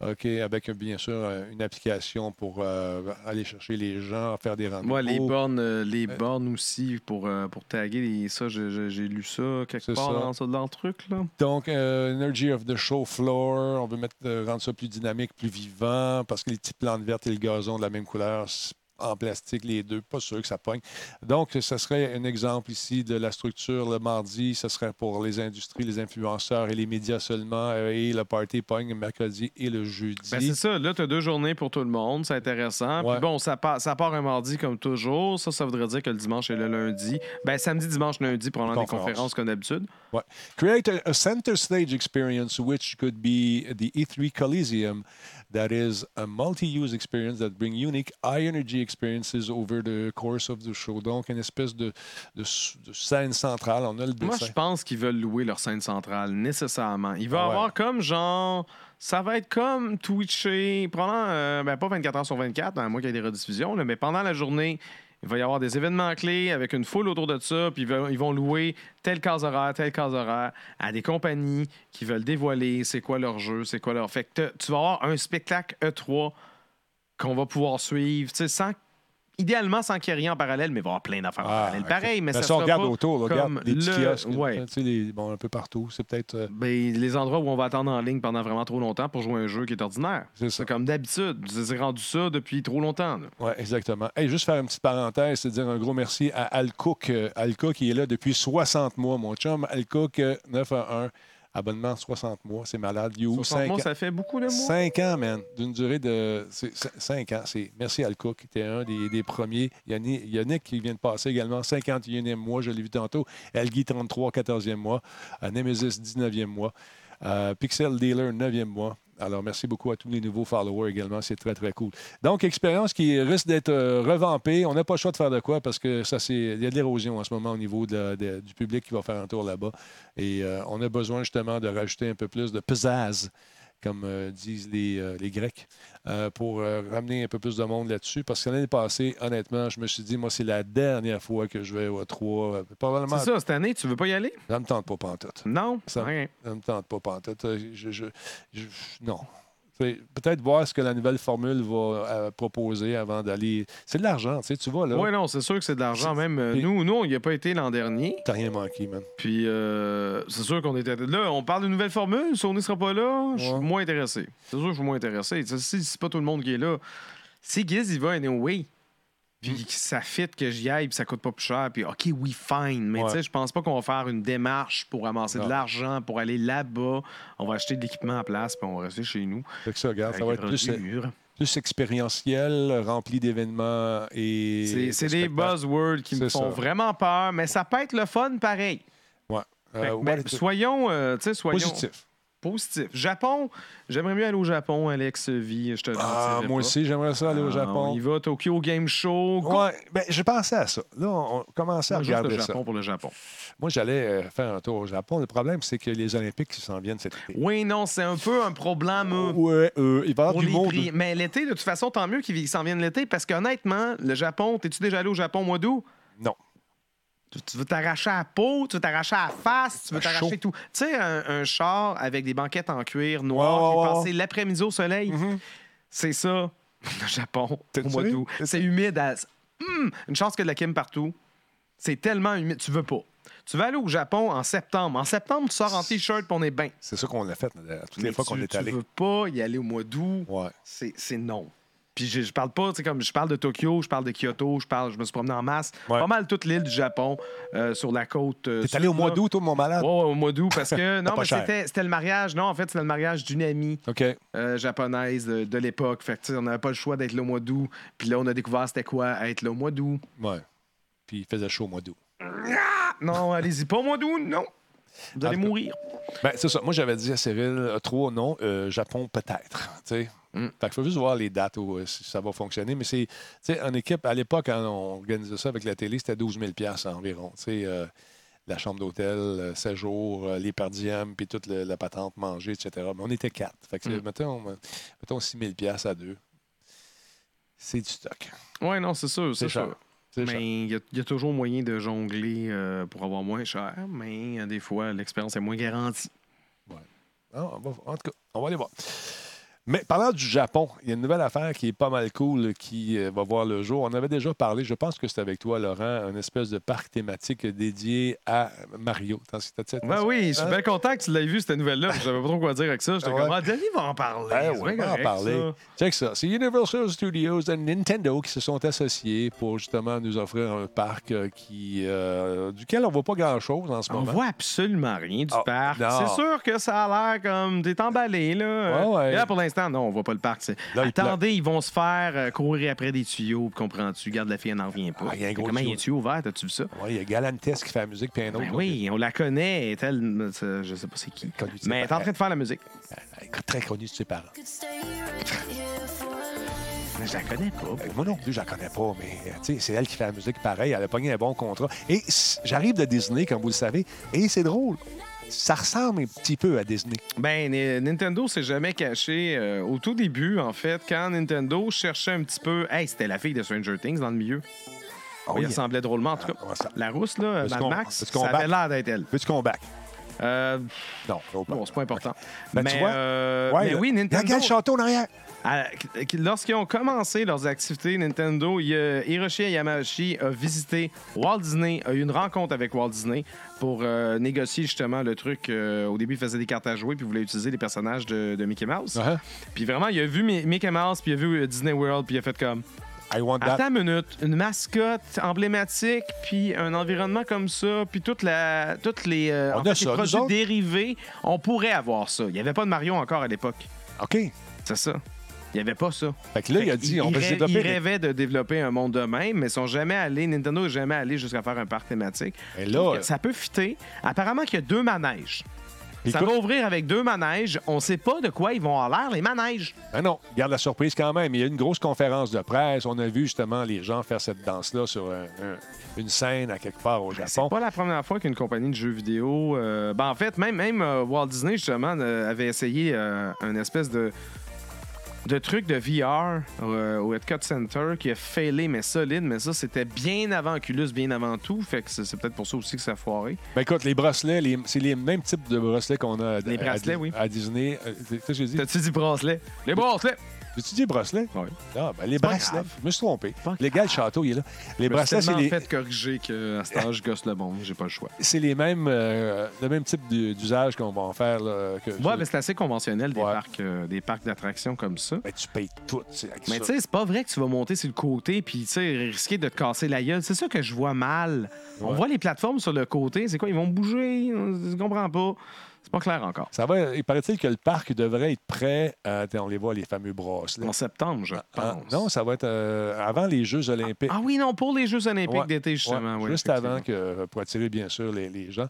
Speaker 1: OK, avec euh, bien sûr euh, une application pour euh, aller chercher les gens, faire des rendez-vous.
Speaker 3: Ouais, les bornes, euh, les bornes aussi pour, euh, pour taguer les- ça. je- je- J'ai lu ça quelque
Speaker 1: C'est
Speaker 3: part
Speaker 1: ça.
Speaker 3: dans, ça- dans le truc, là.
Speaker 1: Donc, euh, Energy of the Show Floor, on veut mettre, euh, rendre ça plus dynamique, plus vivant, parce que les petites plantes vertes et le gazon de la même couleur s- en plastique, les deux, pas sûr que ça pogne. Donc, ce serait un exemple ici de la structure le mardi, ce serait pour les industries, les influenceurs et les médias seulement, euh, et le party pogne le mercredi et le jeudi.
Speaker 3: Ben, c'est ça. Là, tu as deux journées pour tout le monde. C'est intéressant.
Speaker 1: Ouais.
Speaker 3: Puis bon, ça part, ça part un mardi comme toujours. Ça, ça voudrait dire que le dimanche et le lundi. Ben, samedi, dimanche, lundi, probablement des
Speaker 1: Conférence.
Speaker 3: conférences comme d'habitude.
Speaker 1: Ouais. Create a, a center stage experience, which could be the E3 Coliseum, that is a multi-use experience that bring unique high energy experiences over the course of the show. Donc, une espèce de, de, s- de scène centrale. On a le
Speaker 3: Moi,
Speaker 1: dessin.
Speaker 3: je pense qu'ils veulent louer leur scène centrale, nécessairement. Il va
Speaker 1: Ah ouais.
Speaker 3: avoir comme genre. Ça va être comme Twitcher, pendant. euh, ben, pas 24 heures sur 24, à moins qu'il y ait des rediffusions, là, mais pendant la journée, il va y avoir des événements clés avec une foule autour de ça, puis ils vont, ils vont louer telle case horaire, telle case horaire à des compagnies qui veulent dévoiler c'est quoi leur jeu, c'est quoi leur. Fait que t'as- tu vas avoir un spectacle E3 qu'on va pouvoir suivre, tu sais, sans. Idéalement, sans qu'il y ait rien en parallèle, mais il va y avoir plein d'affaires en
Speaker 1: Ah,
Speaker 3: parallèle.
Speaker 1: ok.
Speaker 3: Pareil, mais
Speaker 1: Mais
Speaker 3: ça,
Speaker 1: ça, on
Speaker 3: sera
Speaker 1: regarde
Speaker 3: pas
Speaker 1: autour, là,
Speaker 3: comme
Speaker 1: regarde les petits
Speaker 3: le-
Speaker 1: kiosques, les-
Speaker 3: ouais.
Speaker 1: tu sais, les- bon, un peu partout. C'est peut-être. euh,
Speaker 3: Ben, les endroits où on va attendre en ligne pendant vraiment trop longtemps pour jouer à un jeu qui est ordinaire.
Speaker 1: C'est ça.
Speaker 3: C'est comme d'habitude. C'est rendu ça depuis trop longtemps. là.
Speaker 1: Oui, exactement. Et juste faire une petite parenthèse, c'est dire un gros merci à Al Cook. Euh, Al Cook, il est là depuis 60 mois, mon chum. Al Cook, euh, 9 à 1, abonnement 60 mois. C'est malade. You,
Speaker 3: 60
Speaker 1: 5
Speaker 3: mois,
Speaker 1: ans.
Speaker 3: ça fait beaucoup de mois.
Speaker 1: 5 ans, man. D'une durée de 5 ans. C'est Merci Al Cook. T'es un des, des premiers. Yanni- Yannick qui vient de passer également 51e mois, je l'ai vu tantôt. Elgui 33, 14e mois. Euh, Nemesis 19e mois. Euh, Pixel Dealer 9e mois. Alors, merci beaucoup à tous les nouveaux followers également. C'est très, très cool. Donc, expérience qui risque d'être euh, revampée. On n'a pas le choix de faire de quoi parce que ça, c'est. Il y a de l'érosion en ce moment au niveau de- de- du public qui va faire un tour là-bas. Et euh, on a besoin justement de rajouter un peu plus de pizzazz comme euh, disent les, euh, les Grecs, euh, pour euh, ramener un peu plus de monde là-dessus. Parce que l'année passée, honnêtement, je me suis dit, moi, c'est la dernière fois que je vais au 3. probablement,
Speaker 3: C'est ça, cette année, tu veux pas y aller?
Speaker 1: ça me tente pas pantoute.
Speaker 3: Non?
Speaker 1: Ça-
Speaker 3: Rien.
Speaker 1: Ça me tente pas pantoute. Euh, Je, je- je- non. C'est- Peut-être voir ce que la nouvelle formule va euh, proposer avant d'aller. C'est de l'argent, tu sais, tu vois, là.
Speaker 3: Oui, non, c'est sûr que c'est de l'argent. Même euh,
Speaker 1: Puis-
Speaker 3: nous, nous, on n'y a pas été l'an dernier.
Speaker 1: T'as rien manqué, man.
Speaker 3: Puis euh, c'est sûr qu'on était. Là, on parle d'une nouvelle formule. Si on ne sera pas là, je suis
Speaker 1: Ouais.
Speaker 3: moins intéressé. C'est sûr que je suis moins intéressé. Tu sais, Si c'est pas tout le monde qui est là, si Giz, il va anyway, puis
Speaker 1: Hmm.
Speaker 3: que ça fit que j'y aille, puis ça coûte pas plus cher, puis OK, oui, fine. Mais
Speaker 1: Ouais.
Speaker 3: tu sais, je pense pas qu'on va faire une démarche pour amasser
Speaker 1: Non.
Speaker 3: de l'argent, pour aller là-bas. On va acheter de l'équipement à place, puis on va rester chez nous.
Speaker 1: Fait que ça, regarde, ça va
Speaker 3: Avec
Speaker 1: être plus, euh,
Speaker 3: le mur.
Speaker 1: plus expérientiel, rempli d'événements et.
Speaker 3: C'est c'est
Speaker 1: de
Speaker 3: des
Speaker 1: spectacles.
Speaker 3: buzzwords qui me
Speaker 1: C'est ça.
Speaker 3: font vraiment peur, mais ça peut être le fun pareil.
Speaker 1: Ouais. Euh,
Speaker 3: Fait que,
Speaker 1: what
Speaker 3: ben,
Speaker 1: it-
Speaker 3: soyons, euh, tu sais, soyons.
Speaker 1: positif.
Speaker 3: Positif. Japon, j'aimerais mieux aller au Japon, Alex vie Je te le
Speaker 1: Ah, moi
Speaker 3: mentirais pas.
Speaker 1: aussi, j'aimerais ça aller au
Speaker 3: Ah,
Speaker 1: Japon.
Speaker 3: On y va, Tokyo Game Show. Go!
Speaker 1: Ouais, ben, je pensais à ça. Là, on on commençait à
Speaker 3: Juste le
Speaker 1: regarder ça.
Speaker 3: Japon pour le Japon.
Speaker 1: Moi, j'allais euh, faire un tour au Japon. Le problème, c'est que les Olympiques qui s'en viennent cet été.
Speaker 3: Oui, non, c'est un peu un problème euh,
Speaker 1: Ouais, euh, il va y avoir
Speaker 3: pour
Speaker 1: du
Speaker 3: les
Speaker 1: monde.
Speaker 3: prix. Mais l'été, de toute façon, tant mieux qu'ils s'en viennent l'été, parce qu'honnêtement, le Japon, t'es-tu déjà allé au Japon au mois d'août?
Speaker 1: Non.
Speaker 3: Tu- Tu veux t'arracher à la peau, tu veux t'arracher à la face, tu veux
Speaker 1: Ah, chaud.
Speaker 3: t'arracher tout. Tu sais, un, un char avec des banquettes en cuir noir
Speaker 1: Ouais, ouais,
Speaker 3: qui est
Speaker 1: ouais, Mm-hmm.
Speaker 3: passé l'après-midi au soleil, c'est ça, le Japon,
Speaker 1: T'es
Speaker 3: au mois
Speaker 1: sûr?
Speaker 3: d'août. C'est humide. à- Hum, une chance qu'il y a de la clim partout. C'est tellement humide, tu veux pas. Tu vas aller au Japon en septembre. En septembre, tu sors en T-shirt puis on est bien.
Speaker 1: C'est ça qu'on l'a fait euh, toutes les
Speaker 3: Mais
Speaker 1: fois qu'on
Speaker 3: tu-
Speaker 1: est allé.
Speaker 3: Tu veux pas y aller au mois d'août.
Speaker 1: Ouais.
Speaker 3: C'est c'est non. Puis je, je parle pas, tu sais, comme je parle de Tokyo, je parle de Kyoto, je parle, je me suis promené en masse.
Speaker 1: Ouais.
Speaker 3: Pas mal toute l'île du Japon, euh, sur la côte. euh,
Speaker 1: T'es
Speaker 3: sud,
Speaker 1: allé au mois
Speaker 3: là.
Speaker 1: d'août, toi, mon malade?
Speaker 3: Ouais, ouais, au mois d'août, parce que non,
Speaker 1: pas
Speaker 3: mais
Speaker 1: cher.
Speaker 3: c'était c'était le mariage. Non, en fait, c'était le mariage d'une amie
Speaker 1: OK.
Speaker 3: euh, japonaise de, de l'époque. Fait que, tu sais, on n'avait pas le choix d'être là au mois d'août. Puis là, on a découvert c'était quoi être là au mois d'août.
Speaker 1: Ouais. Puis il faisait chaud au mois d'août.
Speaker 3: Ah, non, allez-y pas au mois d'août, non. Vous
Speaker 1: En
Speaker 3: allez
Speaker 1: tout cas.
Speaker 3: mourir.
Speaker 1: Ben, c'est ça. Moi, j'avais dit à Cyril, 3 non, euh, Japon peut-être. Tu sais. Fait qu'il faut juste voir les dates où euh, si ça va fonctionner. Mais c'est, tu sais, en équipe, à l'époque, quand on organisait ça avec la télé, c'était 12 000 environ. Tu sais, euh, la chambre d'hôtel, euh, séjour, euh, les per diem, puis toute le- la patente, manger, etc. Mais on était quatre. Fait que, c'est- mettons, euh, mettons 6 000 piastres à deux. C'est du stock.
Speaker 3: Ouais, non, c'est sûr,
Speaker 1: C'est
Speaker 3: c'est
Speaker 1: cher.
Speaker 3: sûr.
Speaker 1: C'est cher.
Speaker 3: Mais il y, a- il y a toujours moyen de jongler euh, pour avoir moins cher, mais euh, des fois, l'expérience est moins garantie.
Speaker 1: Non, on va- Ah, en tout cas, on va aller voir. Mais parlant du Japon, il y a une nouvelle affaire qui est pas mal cool qui euh, va voir le jour. On avait déjà parlé, je pense que c'était avec toi, Laurent, une espèce de parc thématique dédié à Mario. T'as- t'as- t'as-
Speaker 3: Ben oui, je suis
Speaker 1: Hein?
Speaker 3: bien content que tu l'aies vu, cette nouvelle-là. Je savais pas trop quoi dire avec ça. J'étais
Speaker 1: Ouais.
Speaker 3: comme, ah, Denis va en parler.
Speaker 1: Ben
Speaker 3: c'est
Speaker 1: ouais,
Speaker 3: bien
Speaker 1: on va en
Speaker 3: correct,
Speaker 1: parler.
Speaker 3: ça.
Speaker 1: Check ça. C'est Universal Studios et Nintendo qui se sont associés pour justement nous offrir un parc euh, qui, euh, duquel on voit pas grand-chose en ce
Speaker 3: On
Speaker 1: moment.
Speaker 3: voit absolument rien du
Speaker 1: ben. Ah,
Speaker 3: parc.
Speaker 1: non.
Speaker 3: C'est sûr que ça a l'air comme t'es emballé là.
Speaker 1: Ouais, ouais.
Speaker 3: Là pour l'instant non, on voit pas le parc. c'est-
Speaker 1: Là, il
Speaker 3: Attendez, ils vont se faire euh, courir après des tuyaux, comprends-tu Garde la fille, elle n'en revient pas.
Speaker 1: Ah, il y a un gros
Speaker 3: Comment il y a un
Speaker 1: tuyau. Oh,
Speaker 3: tuyau ouvert, t'as-tu vu ça
Speaker 1: Ouais, il y a Galantes qui fait la musique, puis un autre.
Speaker 3: Ben
Speaker 1: là,
Speaker 3: oui, on la connaît, elle est telle- euh, je sais pas c'est qui.
Speaker 1: Connu de ses
Speaker 3: Mais elle est en
Speaker 1: parents.
Speaker 3: train de faire la musique.
Speaker 1: qui est Très connu de ses parents.
Speaker 3: Mais je la connais pas.
Speaker 1: Euh, Moi non plus, je la connais pas, mais euh, tu sais, c'est elle qui fait la musique pareil. Elle a pogné un bon contrat. Et s- j'arrive de Disney, comme vous le savez, et c'est drôle. Ça ressemble un petit peu à Disney.
Speaker 3: Ben, Ni- Nintendo s'est jamais caché. euh, au tout début, en fait, quand Nintendo cherchait un petit peu. Hey, c'était la fille de Stranger Things dans le milieu.
Speaker 1: Ah oui.
Speaker 3: il ressemblait drôlement. En tout cas,
Speaker 1: Ah, ouais, ça-
Speaker 3: la rousse, là,
Speaker 1: Est-ce
Speaker 3: Mad
Speaker 1: qu'on-
Speaker 3: Max,
Speaker 1: est-ce qu'on
Speaker 3: ça
Speaker 1: bat-
Speaker 3: avait l'air d'être elle.
Speaker 1: Veux-tu qu'on back?
Speaker 3: Euh,
Speaker 1: Non, non, pas.
Speaker 3: bon, c'est pas important.
Speaker 1: Ben,
Speaker 3: mais
Speaker 1: tu vois,
Speaker 3: euh,
Speaker 1: Ouais,
Speaker 3: mais
Speaker 1: là,
Speaker 3: oui, Nintendo.
Speaker 1: Regarde le château en arrière.
Speaker 3: à- qu- Lorsqu'ils ont commencé leurs activités, Nintendo, il y a- Hiroshi Yamauchi a visité Walt Disney, a eu une rencontre avec Walt Disney pour euh, négocier justement le truc. euh, au début, il faisait des cartes à jouer puis il voulait utiliser les personnages de, de Mickey Mouse.
Speaker 1: Uh-huh.
Speaker 3: Puis vraiment, il a vu Mi- Mickey Mouse, puis il a vu euh, Disney World, puis il a fait comme
Speaker 1: I want that.
Speaker 3: Attends une minute, une mascotte emblématique, puis un environnement comme ça, puis toute la, toutes les, euh,
Speaker 1: On
Speaker 3: en
Speaker 1: a
Speaker 3: fait, les
Speaker 1: ça, nous
Speaker 3: produits
Speaker 1: autres.
Speaker 3: dérivés, on pourrait avoir ça. Il n'y avait pas de Mario encore à l'époque,
Speaker 1: OK.
Speaker 3: c'est ça. Il n'y avait pas ça.
Speaker 1: Fait que là, il a dit, on va se
Speaker 3: rê-
Speaker 1: développer.
Speaker 3: il rêvait de développer un monde de même, mais ils sont jamais allés, Nintendo n'est jamais allé jusqu'à faire un parc thématique.
Speaker 1: Et
Speaker 3: Je trouve
Speaker 1: là,
Speaker 3: que Ça peut fitter. Apparemment qu'il y a deux manèges.
Speaker 1: puis
Speaker 3: ça
Speaker 1: écoute-
Speaker 3: va ouvrir avec deux manèges. On sait pas de quoi ils vont en l'air, les manèges.
Speaker 1: Ben non, garde la surprise quand même. Il y a eu une grosse conférence de presse. On a vu justement les gens faire cette danse-là sur un- un- une scène à quelque part au
Speaker 3: Ah, C'est
Speaker 1: Japon.
Speaker 3: pas la première fois qu'une compagnie de jeux vidéo. euh, ben en fait, même, même euh, Walt Disney, justement, euh, avait essayé euh, un espèce de, de truc de VR euh, au Epcot Center qui a failé, mais solide. Mais ça, c'était bien avant Oculus, bien avant tout. Fait que c'est c'est peut-être pour ça aussi que ça a foiré.
Speaker 1: Ben écoute, les bracelets, les- c'est les mêmes types de bracelets qu'on a à,
Speaker 3: Les bracelets,
Speaker 1: à-
Speaker 3: oui.
Speaker 1: à Disney. Euh, c'est- c'est ça que j'ai dit.
Speaker 3: T'as-tu dit bracelet? Les bracelets!
Speaker 1: J'ai-tu dit bracelet?
Speaker 3: Ouais.
Speaker 1: Ah, ben les
Speaker 3: pas
Speaker 1: bracelets.
Speaker 3: grave.
Speaker 1: Je me suis trompé.
Speaker 3: pas
Speaker 1: Les gars, le château, il est là. Les
Speaker 3: Je me suis
Speaker 1: bracelets, c'est
Speaker 3: tellement
Speaker 1: les,
Speaker 3: fait corriger qu'à cet âge, je gosse le monde. J'ai pas le choix.
Speaker 1: c'est les mêmes, euh, le même type d'u- d'usage qu'on va en faire. Là, que
Speaker 3: Ouais, mais c'est assez conventionnel des
Speaker 1: Ouais.
Speaker 3: parcs, euh, des parcs d'attractions comme ça.
Speaker 1: Ben, tu payes tout. c'est avec
Speaker 3: Mais
Speaker 1: ça.
Speaker 3: tu sais, c'est pas vrai que tu vas monter sur le côté puis tu sais risquer de te casser la gueule. C'est ça que je vois mal. On
Speaker 1: Ouais.
Speaker 3: voit les plateformes sur le côté, c'est quoi Ils vont bouger, je comprends pas. C'est pas clair encore.
Speaker 1: Ça va, il paraît-il que le parc devrait être prêt. à- attends, on les voit, les fameux bracelets.
Speaker 3: En septembre, je
Speaker 1: Ah,
Speaker 3: pense.
Speaker 1: non, ça va être euh, avant les Jeux olympiques.
Speaker 3: Ah oui, non, pour les Jeux olympiques
Speaker 1: Ouais,
Speaker 3: d'été justement,
Speaker 1: Ouais,
Speaker 3: ouais,
Speaker 1: juste avant que, euh, pour attirer bien sûr les, les gens.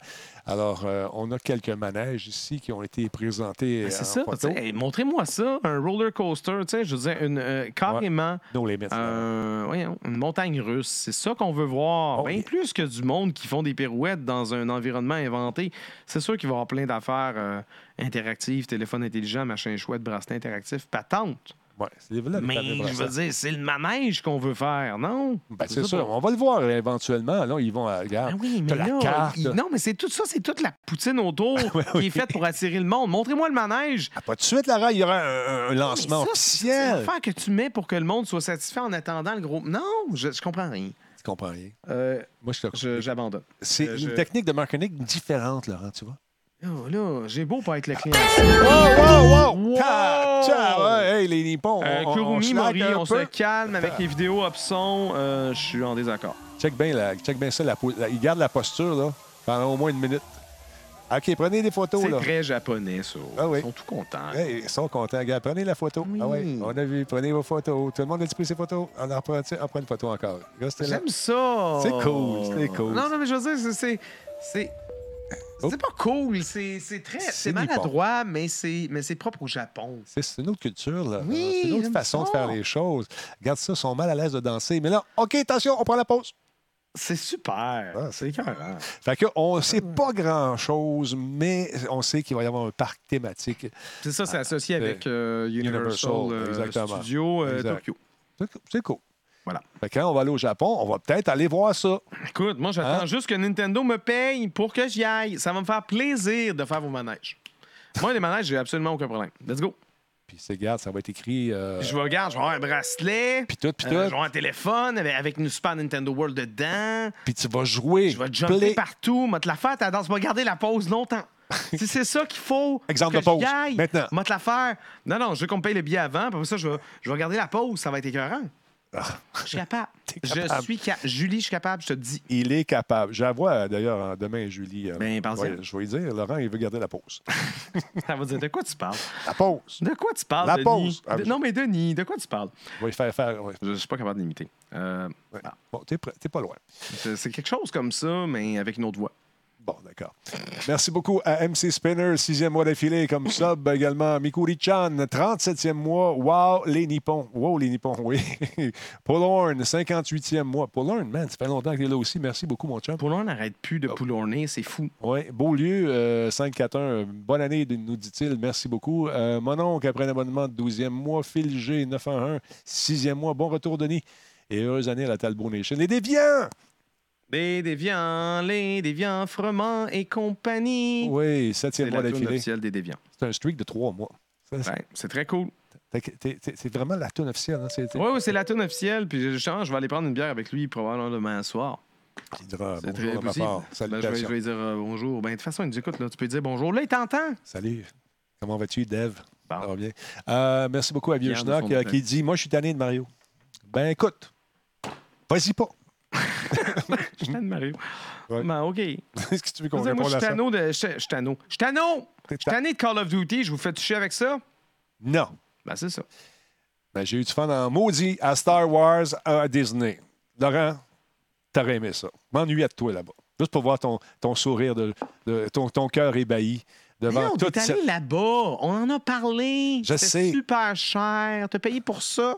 Speaker 1: Alors, euh, on a quelques manèges ici qui ont été présentés. euh,
Speaker 3: effectivement.
Speaker 1: en
Speaker 3: Ben, C'est ça,
Speaker 1: photo.
Speaker 3: tu sais, hey, montrez-moi ça, un roller coaster, tu sais, je veux dire, une, euh, carrément
Speaker 1: No Limits, là.
Speaker 3: Euh, voyons, une montagne russe. C'est ça qu'on veut voir.
Speaker 1: Oh,
Speaker 3: Bien
Speaker 1: yeah.
Speaker 3: plus que du monde qui font des pirouettes dans un environnement inventé. C'est sûr qu'il va y avoir plein d'affaires euh, interactives, téléphone intelligent, machin chouette, bracelet interactif, patente.
Speaker 1: Ouais, c'est là, les
Speaker 3: Mais
Speaker 1: fameux
Speaker 3: je
Speaker 1: bracelets.
Speaker 3: veux dire, c'est le manège qu'on veut faire, non?
Speaker 1: Ben,
Speaker 3: Je
Speaker 1: c'est
Speaker 3: sais
Speaker 1: sûr,
Speaker 3: pas.
Speaker 1: on va le voir éventuellement. Là, ils vont à la gare.
Speaker 3: Ah oui,
Speaker 1: T'as
Speaker 3: mais
Speaker 1: la
Speaker 3: là,
Speaker 1: carte.
Speaker 3: il- non, mais c'est tout ça, c'est toute la poutine autour qui est
Speaker 1: oui.
Speaker 3: faite pour attirer le monde. Montrez-moi le manège.
Speaker 1: Ah, pas tout de suite, Lara, il y aura un, un
Speaker 3: Mais
Speaker 1: lancement
Speaker 3: ça, C'est
Speaker 1: officiel.
Speaker 3: l'affaire que tu mets pour que le monde soit satisfait en attendant le gros. Non, je, je comprends rien.
Speaker 1: Tu comprends rien.
Speaker 3: Euh,
Speaker 1: Moi, je te
Speaker 3: je- J'abandonne.
Speaker 1: C'est
Speaker 3: euh,
Speaker 1: une
Speaker 3: je-
Speaker 1: technique de marketing différente, Laurent, tu vois.
Speaker 3: Oh là, j'ai beau pas être le client.
Speaker 1: Oh, wow, wow!
Speaker 3: Wow!
Speaker 1: Ta- ta- ouais, hey, les Nippons,
Speaker 3: Euh,
Speaker 1: on, on, on
Speaker 3: Kurumi,
Speaker 1: slack
Speaker 3: Mori,
Speaker 1: un
Speaker 3: on
Speaker 1: peu.
Speaker 3: se calme avec les vidéos up son. euh, je suis en désaccord.
Speaker 1: Check bien la- check bien ça. La, po- la- il garde la posture là, pendant au moins une minute. OK, prenez des photos.
Speaker 3: C'est
Speaker 1: Oh Là.
Speaker 3: très japonais, ça.
Speaker 1: Ah oui.
Speaker 3: Ils sont tout contents.
Speaker 1: Hey, ils sont contents. Gars, prenez la photo.
Speaker 3: Oui.
Speaker 1: Ah ouais, on a vu. Prenez vos photos. Tout le monde a dit pris ses photos. On en prend, tiens, on prend une photo encore. Restez là.
Speaker 3: J'aime ça.
Speaker 1: C'est cool, c'est cool.
Speaker 3: Non, non, mais je veux dire, c'est- c'est. C'est
Speaker 1: Oh.
Speaker 3: c'est pas cool. C'est c'est très. C'est
Speaker 1: C'est nippon.
Speaker 3: maladroit, mais c'est mais c'est propre au Japon.
Speaker 1: C'est- C'est une autre culture, là.
Speaker 3: Oui,
Speaker 1: c'est une autre
Speaker 3: j'aime
Speaker 1: façon de
Speaker 3: ça.
Speaker 1: faire les choses. Regarde ça, ils sont mal à l'aise de danser. Mais là, OK, attention, on prend la pause.
Speaker 3: C'est super.
Speaker 1: Ah,
Speaker 3: c'est écœurant.
Speaker 1: Fait que on
Speaker 3: Ah
Speaker 1: sait pas grand-chose, mais on sait qu'il va y avoir un parc thématique.
Speaker 3: C'est ça, c'est associé avec euh, Universal,
Speaker 1: Ah, Universal,
Speaker 3: euh,
Speaker 1: exactement.
Speaker 3: Studio euh,
Speaker 1: Exact.
Speaker 3: Tokyo.
Speaker 1: C'est cou- C'est cool.
Speaker 3: Voilà.
Speaker 1: Fait que quand on va aller au Japon, on va peut-être aller voir ça.
Speaker 3: Écoute, moi, j'attends
Speaker 1: Hein?
Speaker 3: juste que Nintendo me paye pour que j'y aille. Ça va me faire plaisir de faire vos manèges. Moi, les manèges, j'ai absolument aucun problème. Let's go.
Speaker 1: Puis c'est regarde, ça va être écrit. euh,
Speaker 3: Je vais regarder, je vais avoir un bracelet.
Speaker 1: Puis tout, puis
Speaker 3: euh, je vais
Speaker 1: tout.
Speaker 3: avoir un téléphone avec, avec une Super Nintendo World dedans.
Speaker 1: Puis tu vas jouer.
Speaker 3: Je vais jumper
Speaker 1: Play-
Speaker 3: partout. M'a te la faire, ta danse. M'a garder la pause longtemps. Si c'est ça qu'il faut.
Speaker 1: Exemple
Speaker 3: que
Speaker 1: de pause.
Speaker 3: j'y aille,
Speaker 1: Maintenant.
Speaker 3: M'a te la faire. Non, non, je veux qu'on me paye le billet avant. Puis après ça, je vais, je vais regarder la pause. Ça va être écœurant. Je suis capable. Je
Speaker 1: Ah. capable.
Speaker 3: suis capable. Julie, je suis capable, je te le dis.
Speaker 1: Il est capable. J'avoue, d'ailleurs, hein, demain, Julie. euh,
Speaker 3: Ben, pense-y.
Speaker 1: ouais, je vais lui dire, Laurent, il veut garder la pause.
Speaker 3: Ça va dire de quoi tu parles?
Speaker 1: La pause.
Speaker 3: De quoi tu parles?
Speaker 1: La
Speaker 3: Denis?
Speaker 1: pause. Ah,
Speaker 3: De- non, mais Denis, de quoi tu parles?
Speaker 1: On va lui faire faire. ouais.
Speaker 3: Je, je suis pas capable de l'imiter. Euh,
Speaker 1: Ouais.
Speaker 3: ah,
Speaker 1: Bon, t'es prêt- t'es pas loin.
Speaker 3: c'est c'est quelque chose comme ça, mais avec une autre voix.
Speaker 1: Bon, d'accord. Merci beaucoup à MC Spinner, sixième mois d'affilée comme sub également. Mikuri-chan, 37e mois. Wow, les Nippons. Wow, les Nippons, oui. Paul Horn, 58e mois. Paul Horn, man, ça fait longtemps qu'il est là aussi. Merci beaucoup, mon chum.
Speaker 3: Pour l'heure, on n'arrête plus de
Speaker 1: Ah
Speaker 3: poulorner, c'est fou.
Speaker 1: Oui, Beaulieu, euh, 541, bonne année, de- nous dit-il, merci beaucoup. Euh, mon oncle, après un abonnement de 12e mois, Phil G, 911, 6e mois, bon retour, Denis. Et heureuse année à la Talbot Nation. Les déviants!
Speaker 3: Les déviants, les déviants, Froment et compagnie.
Speaker 1: Oui,
Speaker 3: c'est
Speaker 1: 7e mois
Speaker 3: la tune
Speaker 1: d'affilée.
Speaker 3: officielle des déviants.
Speaker 1: C'est un streak de 3 mois. Ça, c'est-
Speaker 3: Ouais, c'est très cool.
Speaker 1: t'es- t'es- t'es- C'est vraiment la tune officielle. hein, c'est- c'est-
Speaker 3: Oui, oui, c'est la tune officielle. Puis justement, je vais aller prendre une bière avec lui probablement demain soir.
Speaker 1: Il dira
Speaker 3: C'est
Speaker 1: bonjour
Speaker 3: très
Speaker 1: de ma
Speaker 3: possible.
Speaker 1: part.
Speaker 3: Ben, je, vais, je
Speaker 1: Salutations.
Speaker 3: vais lui dire euh, bonjour. Ben, de toute façon, il nous écoute. Là. Tu peux lui dire bonjour. Là, il t'entend.
Speaker 1: Salut. Comment vas-tu, Dev?
Speaker 3: Bon.
Speaker 1: Ça va bien. Euh, merci beaucoup à Vieux
Speaker 3: Fier de
Speaker 1: Schnock
Speaker 3: son
Speaker 1: euh,
Speaker 3: matin.
Speaker 1: qui dit Moi, je suis tanné de Mario. Ben écoute, vas-y pas.
Speaker 3: Je suis tanné de Mario.
Speaker 1: Ouais.
Speaker 3: Ben, OK.
Speaker 1: Qu'est-ce que tu veux qu'on
Speaker 3: Moi, je
Speaker 1: réponde
Speaker 3: suis
Speaker 1: à ça?
Speaker 3: tanné de... Je je suis tanné. Je suis tanné! Je suis tanné de Call of Duty. Je vous fais toucher avec ça.
Speaker 1: Non.
Speaker 3: Ben, c'est ça.
Speaker 1: Ben, j'ai eu du fun en maudit à Star Wars à Disney. Laurent, t'aurais aimé ça. M'ennuie de toi là-bas. Juste pour voir ton, ton sourire, de, de- ton, ton cœur ébahi devant
Speaker 3: Non,
Speaker 1: toute
Speaker 3: t'es
Speaker 1: cette...
Speaker 3: allé là-bas. On en a parlé.
Speaker 1: Ben, Je
Speaker 3: C'était
Speaker 1: sais.
Speaker 3: super cher. T'as payé pour ça.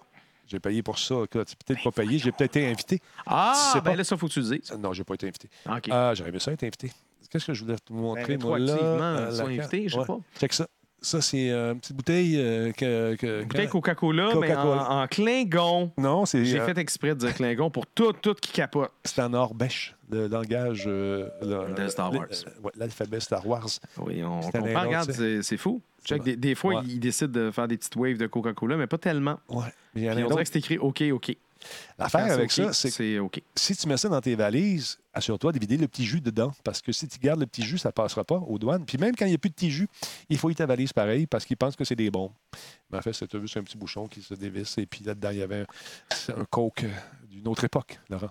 Speaker 1: J'ai payé pour ça. écoute. C'est peut-être
Speaker 3: Ben,
Speaker 1: pas payé. J'ai peut-être été invité.
Speaker 3: Ah,
Speaker 1: sais
Speaker 3: ben
Speaker 1: pas.
Speaker 3: là, ça, faut que tu le dises.
Speaker 1: Non, j'ai pas été invité.
Speaker 3: OK. Ben,
Speaker 1: Ah, j'aurais aimé ça être invité. Qu'est-ce que je voulais te montrer, moi, là?
Speaker 3: rétroactivement,
Speaker 1: euh,
Speaker 3: ils
Speaker 1: la
Speaker 3: sont
Speaker 1: carte?
Speaker 3: invités, je sais
Speaker 1: Ouais.
Speaker 3: pas.
Speaker 1: Check ça. Ça, c'est euh, une petite bouteille euh, que... que-
Speaker 3: Bouteille
Speaker 1: quand-
Speaker 3: Coca-Cola, mais
Speaker 1: Coca-Cola.
Speaker 3: en, en Klingon.
Speaker 1: Non, c'est
Speaker 3: J'ai
Speaker 1: euh,
Speaker 3: fait exprès de dire Klingon pour tout, tout qui capote.
Speaker 1: c'est en Norvèche, le langage... euh, le-
Speaker 3: De Star
Speaker 1: le-
Speaker 3: Wars.
Speaker 1: euh, ouais, L'alphabet Star Wars.
Speaker 3: Oui, on
Speaker 1: C'était
Speaker 3: comprend.
Speaker 1: l'un
Speaker 3: Regarde,
Speaker 1: l'autre,
Speaker 3: c'est c'est fou. Check, des, des fois,
Speaker 1: Ouais.
Speaker 3: ils décident de faire des petites waves de Coca-Cola, mais pas tellement.
Speaker 1: Ouais. Mais il y en a
Speaker 3: Puis
Speaker 1: un
Speaker 3: on
Speaker 1: autre.
Speaker 3: dirait que c'est écrit OK, OK.
Speaker 1: L'affaire
Speaker 3: Quand
Speaker 1: avec
Speaker 3: OK,
Speaker 1: ça, c'est que
Speaker 3: C'est OK.
Speaker 1: si tu mets ça dans tes valises, assure-toi de vider le petit jus dedans. Parce que si tu gardes le petit jus, ça ne passera pas aux douanes. Puis même quand il n'y a plus de petit jus, il faut y ta valise pareil parce qu'ils pensent que c'est des bombes. Mais en fait, c'est t'as vu, c'est un petit bouchon qui se dévisse. Et puis là-dedans, il y avait un, c'est un coke euh, d'une autre époque, Laurent.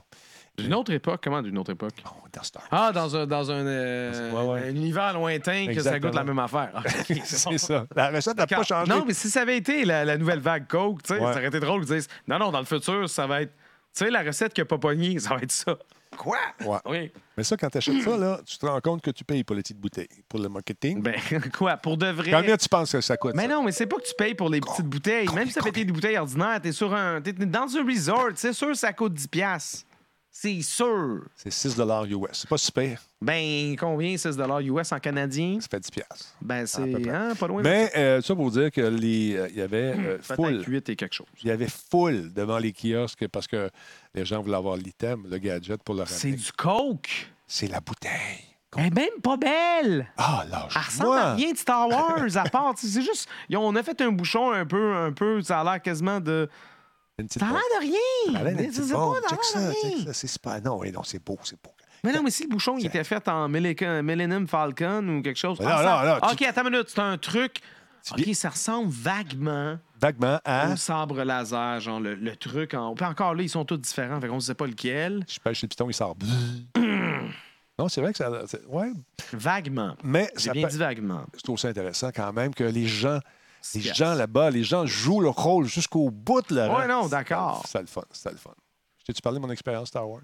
Speaker 3: D'une autre époque, comment d'une autre époque?
Speaker 1: Oh, dans Star.
Speaker 3: Ah, dans un, dans un, euh,
Speaker 1: Ouais, ouais.
Speaker 3: un univers lointain que ça
Speaker 1: Exactement.
Speaker 3: goûte la même affaire. Ah, ok, c'est bon.
Speaker 1: C'est ça. La recette n'a pas changé.
Speaker 3: Non, mais si ça avait été la, la nouvelle vague Coke, tu sais,
Speaker 1: Ouais.
Speaker 3: ça aurait été drôle qu'ils disent Non, non, dans le futur, ça va être. Tu sais, la recette que pas pognée, ça va être ça. Quoi?
Speaker 1: Ouais.
Speaker 3: Oui.
Speaker 1: Mais ça, quand tu achètes ça, là, tu te rends compte que tu payes pour les petites bouteilles, pour le marketing.
Speaker 3: Ben, quoi? Pour de vrai.
Speaker 1: Combien tu penses que ça coûte?
Speaker 3: Ben, Mais
Speaker 1: ça?
Speaker 3: non, mais c'est pas que tu payes pour les petites bouteilles. Même si ça fait été des bouteilles ordinaires, t'es sur un. T'es dans un resort, c'est sûr ça coûte 10$. piastres. C'est sûr.
Speaker 1: C'est 6 US. C'est pas super.
Speaker 3: Ben, combien 6$ US en canadien?
Speaker 1: Ça fait 10 piastres.
Speaker 3: Ben,
Speaker 1: peu
Speaker 3: c'est
Speaker 1: près.
Speaker 3: hein, pas loin.
Speaker 1: Mais euh, ça pour dire que les, euh, il y avait euh, full.
Speaker 3: Peut-être 8 et quelque chose.
Speaker 1: Il y avait full devant les kiosques parce que les gens voulaient avoir l'item, le gadget pour le
Speaker 3: C'est
Speaker 1: ramener.
Speaker 3: du Coke.
Speaker 1: C'est la bouteille.
Speaker 3: Elle est même pas belle.
Speaker 1: Ah,
Speaker 3: Elle ressemble
Speaker 1: lâche-moi!
Speaker 3: à rien de Star Wars, à part. tu sais, C'est juste. ils ont- On a fait un bouchon un peu, un peu. Ça a l'air quasiment de.
Speaker 1: Une petite
Speaker 3: Ça a l'air
Speaker 1: bombe.
Speaker 3: de rien.
Speaker 1: Ça a l'air d'une
Speaker 3: Mais
Speaker 1: petite
Speaker 3: c'est pas,
Speaker 1: bombe.
Speaker 3: ça a
Speaker 1: Check
Speaker 3: l'air de
Speaker 1: ça,
Speaker 3: rien.
Speaker 1: check ça. C'est super. Non, oui, non, c'est beau, c'est beau.
Speaker 3: Mais non, mais si le bouchon il était fait en Millica- Millennium Falcon ou quelque chose.
Speaker 1: Non,
Speaker 3: Ah, ça-
Speaker 1: non, non, tu-
Speaker 3: OK, attends une minute, c'est un truc.
Speaker 1: viens-
Speaker 3: OK, ça ressemble vaguement
Speaker 1: Vaguement à.
Speaker 3: au sabre laser, genre le, le truc en. Puis encore là, ils sont tous différents, fait qu'on sait pas lequel.
Speaker 1: Je pêche le piton, il sort. non, c'est vrai que ça. c'est- Ouais,
Speaker 3: Vaguement.
Speaker 1: mais
Speaker 3: J'ai
Speaker 1: ça
Speaker 3: bien
Speaker 1: peut-
Speaker 3: dit vaguement.
Speaker 1: je trouve ça intéressant quand même que les gens, les
Speaker 3: Yes.
Speaker 1: gens là-bas, les gens jouent leur rôle jusqu'au bout là.
Speaker 3: Ouais, non, d'accord.
Speaker 1: C'était le fun, c'était le fun. Je t'ai-tu parlé de mon expérience Star Wars?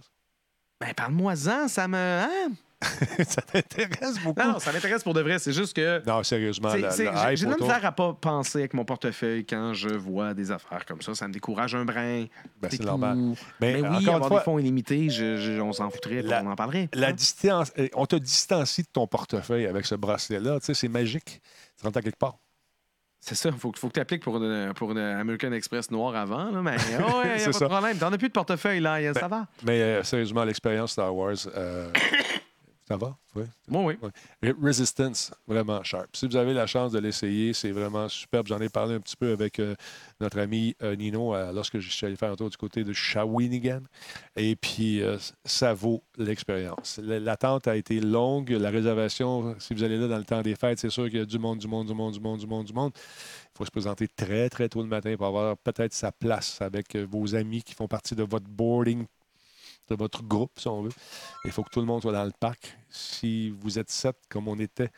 Speaker 3: Ben parle-moi-en, ça me. Hein?
Speaker 1: ça t'intéresse beaucoup.
Speaker 3: Non, non, ça m'intéresse pour de vrai. C'est juste que.
Speaker 1: Non, sérieusement,
Speaker 3: C'est-
Speaker 1: le-
Speaker 3: c'est-
Speaker 1: le
Speaker 3: J'ai
Speaker 1: hype
Speaker 3: j'ai de Ah, la
Speaker 1: autour-
Speaker 3: misère à pas penser avec mon portefeuille quand je vois des affaires comme ça. Ça me décourage un brin.
Speaker 1: Ben, c'est
Speaker 3: tout.
Speaker 1: normal. Mais
Speaker 3: Mais, Ben oui,
Speaker 1: encore une
Speaker 3: avoir
Speaker 1: fois-
Speaker 3: des fonds illimités, je- je- on s'en foutrait,
Speaker 1: La-
Speaker 3: on en parlerait. Ah
Speaker 1: La distance, euh, on te distancie de ton portefeuille avec ce bracelet-là. Tu sais, c'est magique. Tu rentres à quelque part.
Speaker 3: C'est ça, il faut, faut que tu appliques pour une, pour une American Express noire avant. Là, mais oh, ouais, y a
Speaker 1: C'est
Speaker 3: pas
Speaker 1: ça.
Speaker 3: de problème. T'en as plus de portefeuille, là, y a- ça va.
Speaker 1: Mais euh, sérieusement, l'expérience Star Wars, euh, ça va? Oui.
Speaker 3: Moi, oui.
Speaker 1: Re- Resistance, vraiment sharp. Si vous avez la chance de l'essayer, c'est vraiment superbe. J'en ai parlé un petit peu avec euh, notre ami euh, Nino euh, lorsque je suis allé faire un tour du côté de Shawinigan. Et puis, euh, ça vaut l'expérience. L- L'attente a été longue. La réservation, si vous allez là dans le temps des fêtes, c'est sûr qu'il y a du monde, du monde, du monde, du monde, du monde, du monde. Il faut se présenter très, très tôt le matin pour avoir peut-être sa place avec euh, vos amis qui font partie de votre boarding de votre groupe, si on veut. Il faut que tout le monde soit dans le parc. Si vous êtes sept, comme on était,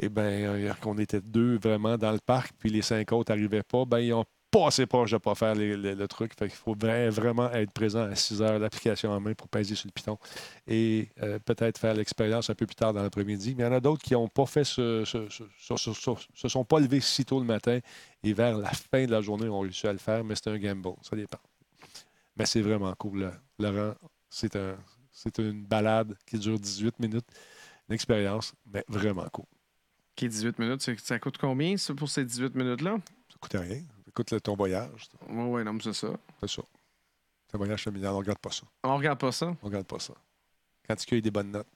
Speaker 1: eh bien, qu'on était deux vraiment dans le parc, puis les cinq autres n'arrivaient pas, ben ils ont pas assez proche de pas faire les- les- le truc. Fait qu'il faut vra- vraiment être présent à 6 heures, l'application en main pour peser sur le piton et euh, peut-être faire l'expérience un peu plus tard dans l'après-midi. Mais il y en a d'autres qui n'ont pas fait ce, ce- ce- ce- ce- ce- se sont pas levés si tôt le matin et vers la fin de la journée ont réussi à le faire, mais c'est un gamble, ça dépend. Mais c'est vraiment cool. là. Laurent, c'est un, c'est une balade qui dure 18 minutes. Une expérience, mais vraiment cool.
Speaker 3: OK, 18 minutes, c'est- ça coûte combien ça, pour ces 18 minutes-là?
Speaker 1: Ça coûte rien. Écoute le- ton voyage.
Speaker 3: Oui, oui, non, mais c'est ça.
Speaker 1: C'est ça. Ton voyage familial, on regarde pas ça.
Speaker 3: On regarde pas ça.
Speaker 1: On regarde pas ça. Quand tu cueilles des bonnes notes,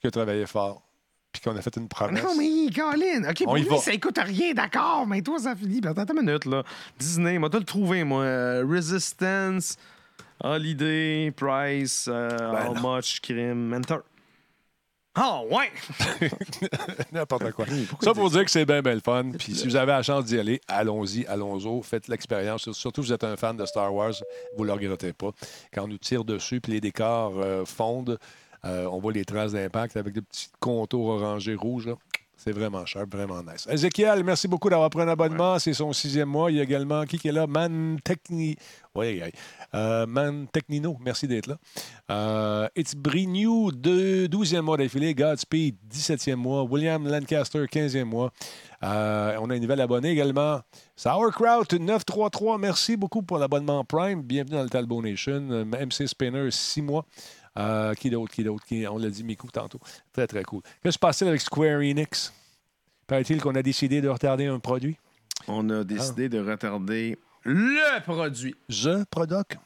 Speaker 1: tu as travaillé fort, puis qu'on a fait une promesse.
Speaker 3: Ah Non, mais Colin, OK,
Speaker 1: On
Speaker 3: pour
Speaker 1: y
Speaker 3: lui,
Speaker 1: va.
Speaker 3: ça écoute rien, d'accord, mais toi, ça finit. Ben, Attends une minute, là. Disney, moi, t'as le trouvé, moi. Euh, Resistance, Holiday, Price, euh, How Much, Crime, Enter. Ah, ouais!
Speaker 1: N'importe quoi. ça pour dire que c'est bien, bien le fun. Puis si vous avez la chance d'y aller, allons-y, allons-y, faites l'expérience. Surtout, vous êtes un fan de Star Wars, vous ne le regretterez pas. Quand on nous tire dessus, puis les décors euh, fondent, euh, on voit les traces d'impact avec des petits contours orangés rouges. là. C'est vraiment cher, vraiment nice. Ezekiel, merci beaucoup d'avoir pris un abonnement. C'est son sixième mois. Il y a également qui qui est là? Man Techni. Oui, aïe, aïe. Euh, Man Technino, merci d'être là. Euh, It's Brignou, deux- 12e mois d'affilée. Godspeed, 17e mois. William Lancaster, 15e mois. Euh, on a une nouvelle abonnée également. Sauerkraut, 933. Merci beaucoup pour l'abonnement Prime. Bienvenue dans le Talbot Nation. Euh, MC Spinner, 6 mois. Euh, qui d'autre, qui d'autre? qui- On l'a dit, Miku, tantôt. Très, très cool. Qu'est-ce qui se passait avec Square Enix? Paraît-il qu'on a décidé de retarder un produit?
Speaker 3: On a décidé de retarder le produit.
Speaker 1: Je, Prodoc?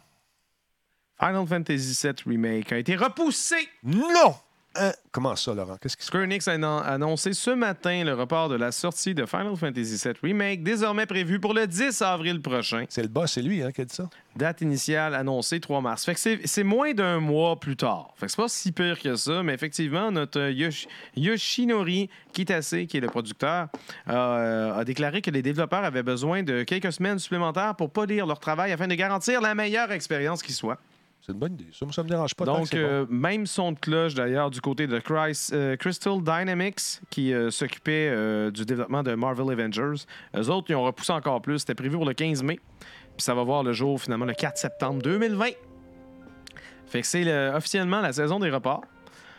Speaker 3: Final Fantasy VII Remake a été repoussé.
Speaker 1: Non! Hein? Comment ça, Laurent? Qu'est-ce qui se
Speaker 3: Square Enix a annon- annoncé ce matin le report de la sortie de Final Fantasy VII Remake, désormais prévu pour le 10 avril prochain.
Speaker 1: C'est le boss, c'est lui hein, qui a dit ça?
Speaker 3: Date initiale annoncée 3 mars. Fait que c'est- c'est moins d'un mois plus tard. Fait que c'est pas si pire que ça, mais effectivement, notre euh, Yosh- Yoshinori Kitase, qui est le producteur, euh, a déclaré que les développeurs avaient besoin de quelques semaines supplémentaires pour polir leur travail afin de garantir la meilleure expérience qui soit.
Speaker 1: C'est une bonne idée. Ça, moi, ça me dérange pas. tant que
Speaker 3: Donc,
Speaker 1: c'est bon.
Speaker 3: euh, même son de cloche d'ailleurs du côté de Chris- euh, Crystal Dynamics qui euh, s'occupait euh, du développement de Marvel Avengers. Eux autres, ils ont repoussé encore plus. C'était prévu pour le 15 mai. Puis ça va voir le jour finalement le 4 septembre 2020. Fait que c'est le- officiellement la saison des reports.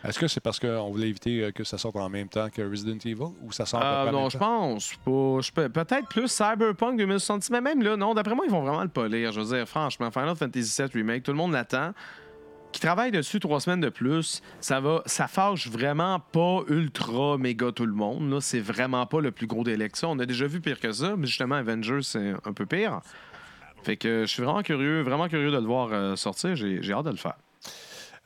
Speaker 1: Est-ce que c'est parce qu'on voulait éviter euh, que ça sorte en même temps que Resident Evil ou ça sort à
Speaker 3: Euh,
Speaker 1: peu près en
Speaker 3: non,
Speaker 1: même
Speaker 3: je
Speaker 1: temps?
Speaker 3: pense pas. Je peux- Peut-être plus Cyberpunk 2066, mais même là, non, d'après moi, ils vont vraiment le polir. Je veux dire, franchement, Final Fantasy VII Remake, tout le monde l'attend. Qui travaille dessus trois semaines de plus, ça va, ça fâche vraiment pas ultra méga tout le monde. là. C'est vraiment pas le plus gros délai que ça. On a déjà vu pire que ça, mais justement, Avengers, c'est un peu pire. Fait que je suis vraiment curieux, vraiment curieux de le voir euh, sortir. J'ai j'ai hâte de le faire.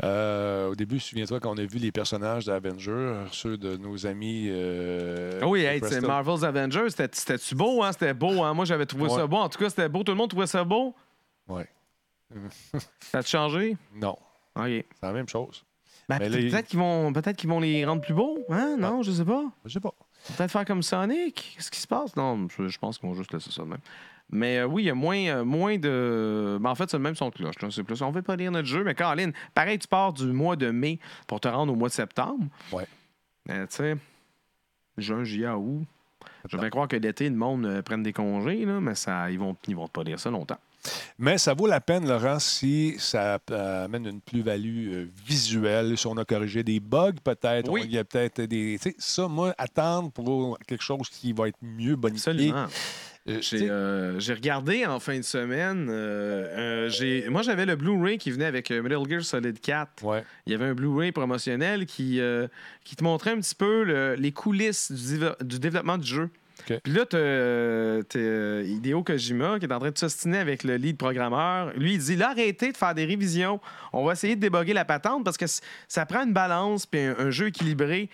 Speaker 1: Euh, au début, souviens-toi qu'on a vu les personnages d'Avengers, ceux de nos amis. euh,
Speaker 3: Ah Oui,
Speaker 1: de
Speaker 3: hey, c'est
Speaker 1: Preston.
Speaker 3: Marvel's Avengers, c'était- c'était-tu beau, hein? C'était beau, hein? Moi, j'avais trouvé
Speaker 1: Ouais.
Speaker 3: ça beau. En tout cas, c'était beau. Tout le monde trouvait ça beau.
Speaker 1: Ouais.
Speaker 3: Ça a changé?
Speaker 1: Non,
Speaker 3: OK.
Speaker 1: c'est la même chose.
Speaker 3: Ben,
Speaker 1: Mais
Speaker 3: peut-
Speaker 1: les- Ben,
Speaker 3: peut-être qu'ils vont, peut qu'ils vont les rendre plus beaux, hein? Non, je sais pas.
Speaker 1: Je sais pas.
Speaker 3: Peut-être faire comme Sonic. Qu'est-ce qui se passe? Non, je, je pense qu'ils vont juste laisser ça de même. Mais euh, oui, il y a moins, euh, moins de. Ben, en fait, c'est le même son de cloche. là. C'est plus. On veut pas lire notre jeu, mais Caroline, pareil, tu pars du mois de mai pour te rendre au mois de septembre.
Speaker 1: Ouais.
Speaker 3: Ben, tu sais, juin, juillet, août. Je vais croire que l'été, le monde euh, prenne des congés, là, mais ça, ils vont, ils vont pas lire ça longtemps.
Speaker 1: Mais ça vaut la peine, Laurent, si ça euh, amène une plus-value euh, visuelle, si on a corrigé des bugs peut-être.
Speaker 3: Oui.
Speaker 1: on- Il y a peut-être des. tu sais, ça, moi, attendre pour quelque chose qui va être mieux bonifié.
Speaker 3: Absolument.
Speaker 1: euh, tu sais,
Speaker 3: J'ai euh, j'ai regardé en fin de semaine. euh, euh, j'ai- moi, j'avais le Blu-ray qui venait avec euh, Metal Gear Solid 4.
Speaker 1: ouais.
Speaker 3: Il y avait un Blu-ray promotionnel qui, euh, qui te montrait un petit peu le- les coulisses du, div- du développement du jeu.
Speaker 1: OK.
Speaker 3: Puis là, t'as euh, t'as, euh, Hideo Kojima qui est en train de s'ostiner avec le lead programmeur. Lui, il dit là, arrêtez de faire des révisions. On va essayer de déboguer la patente parce que c- ça prend une balance puis un, un jeu équilibré.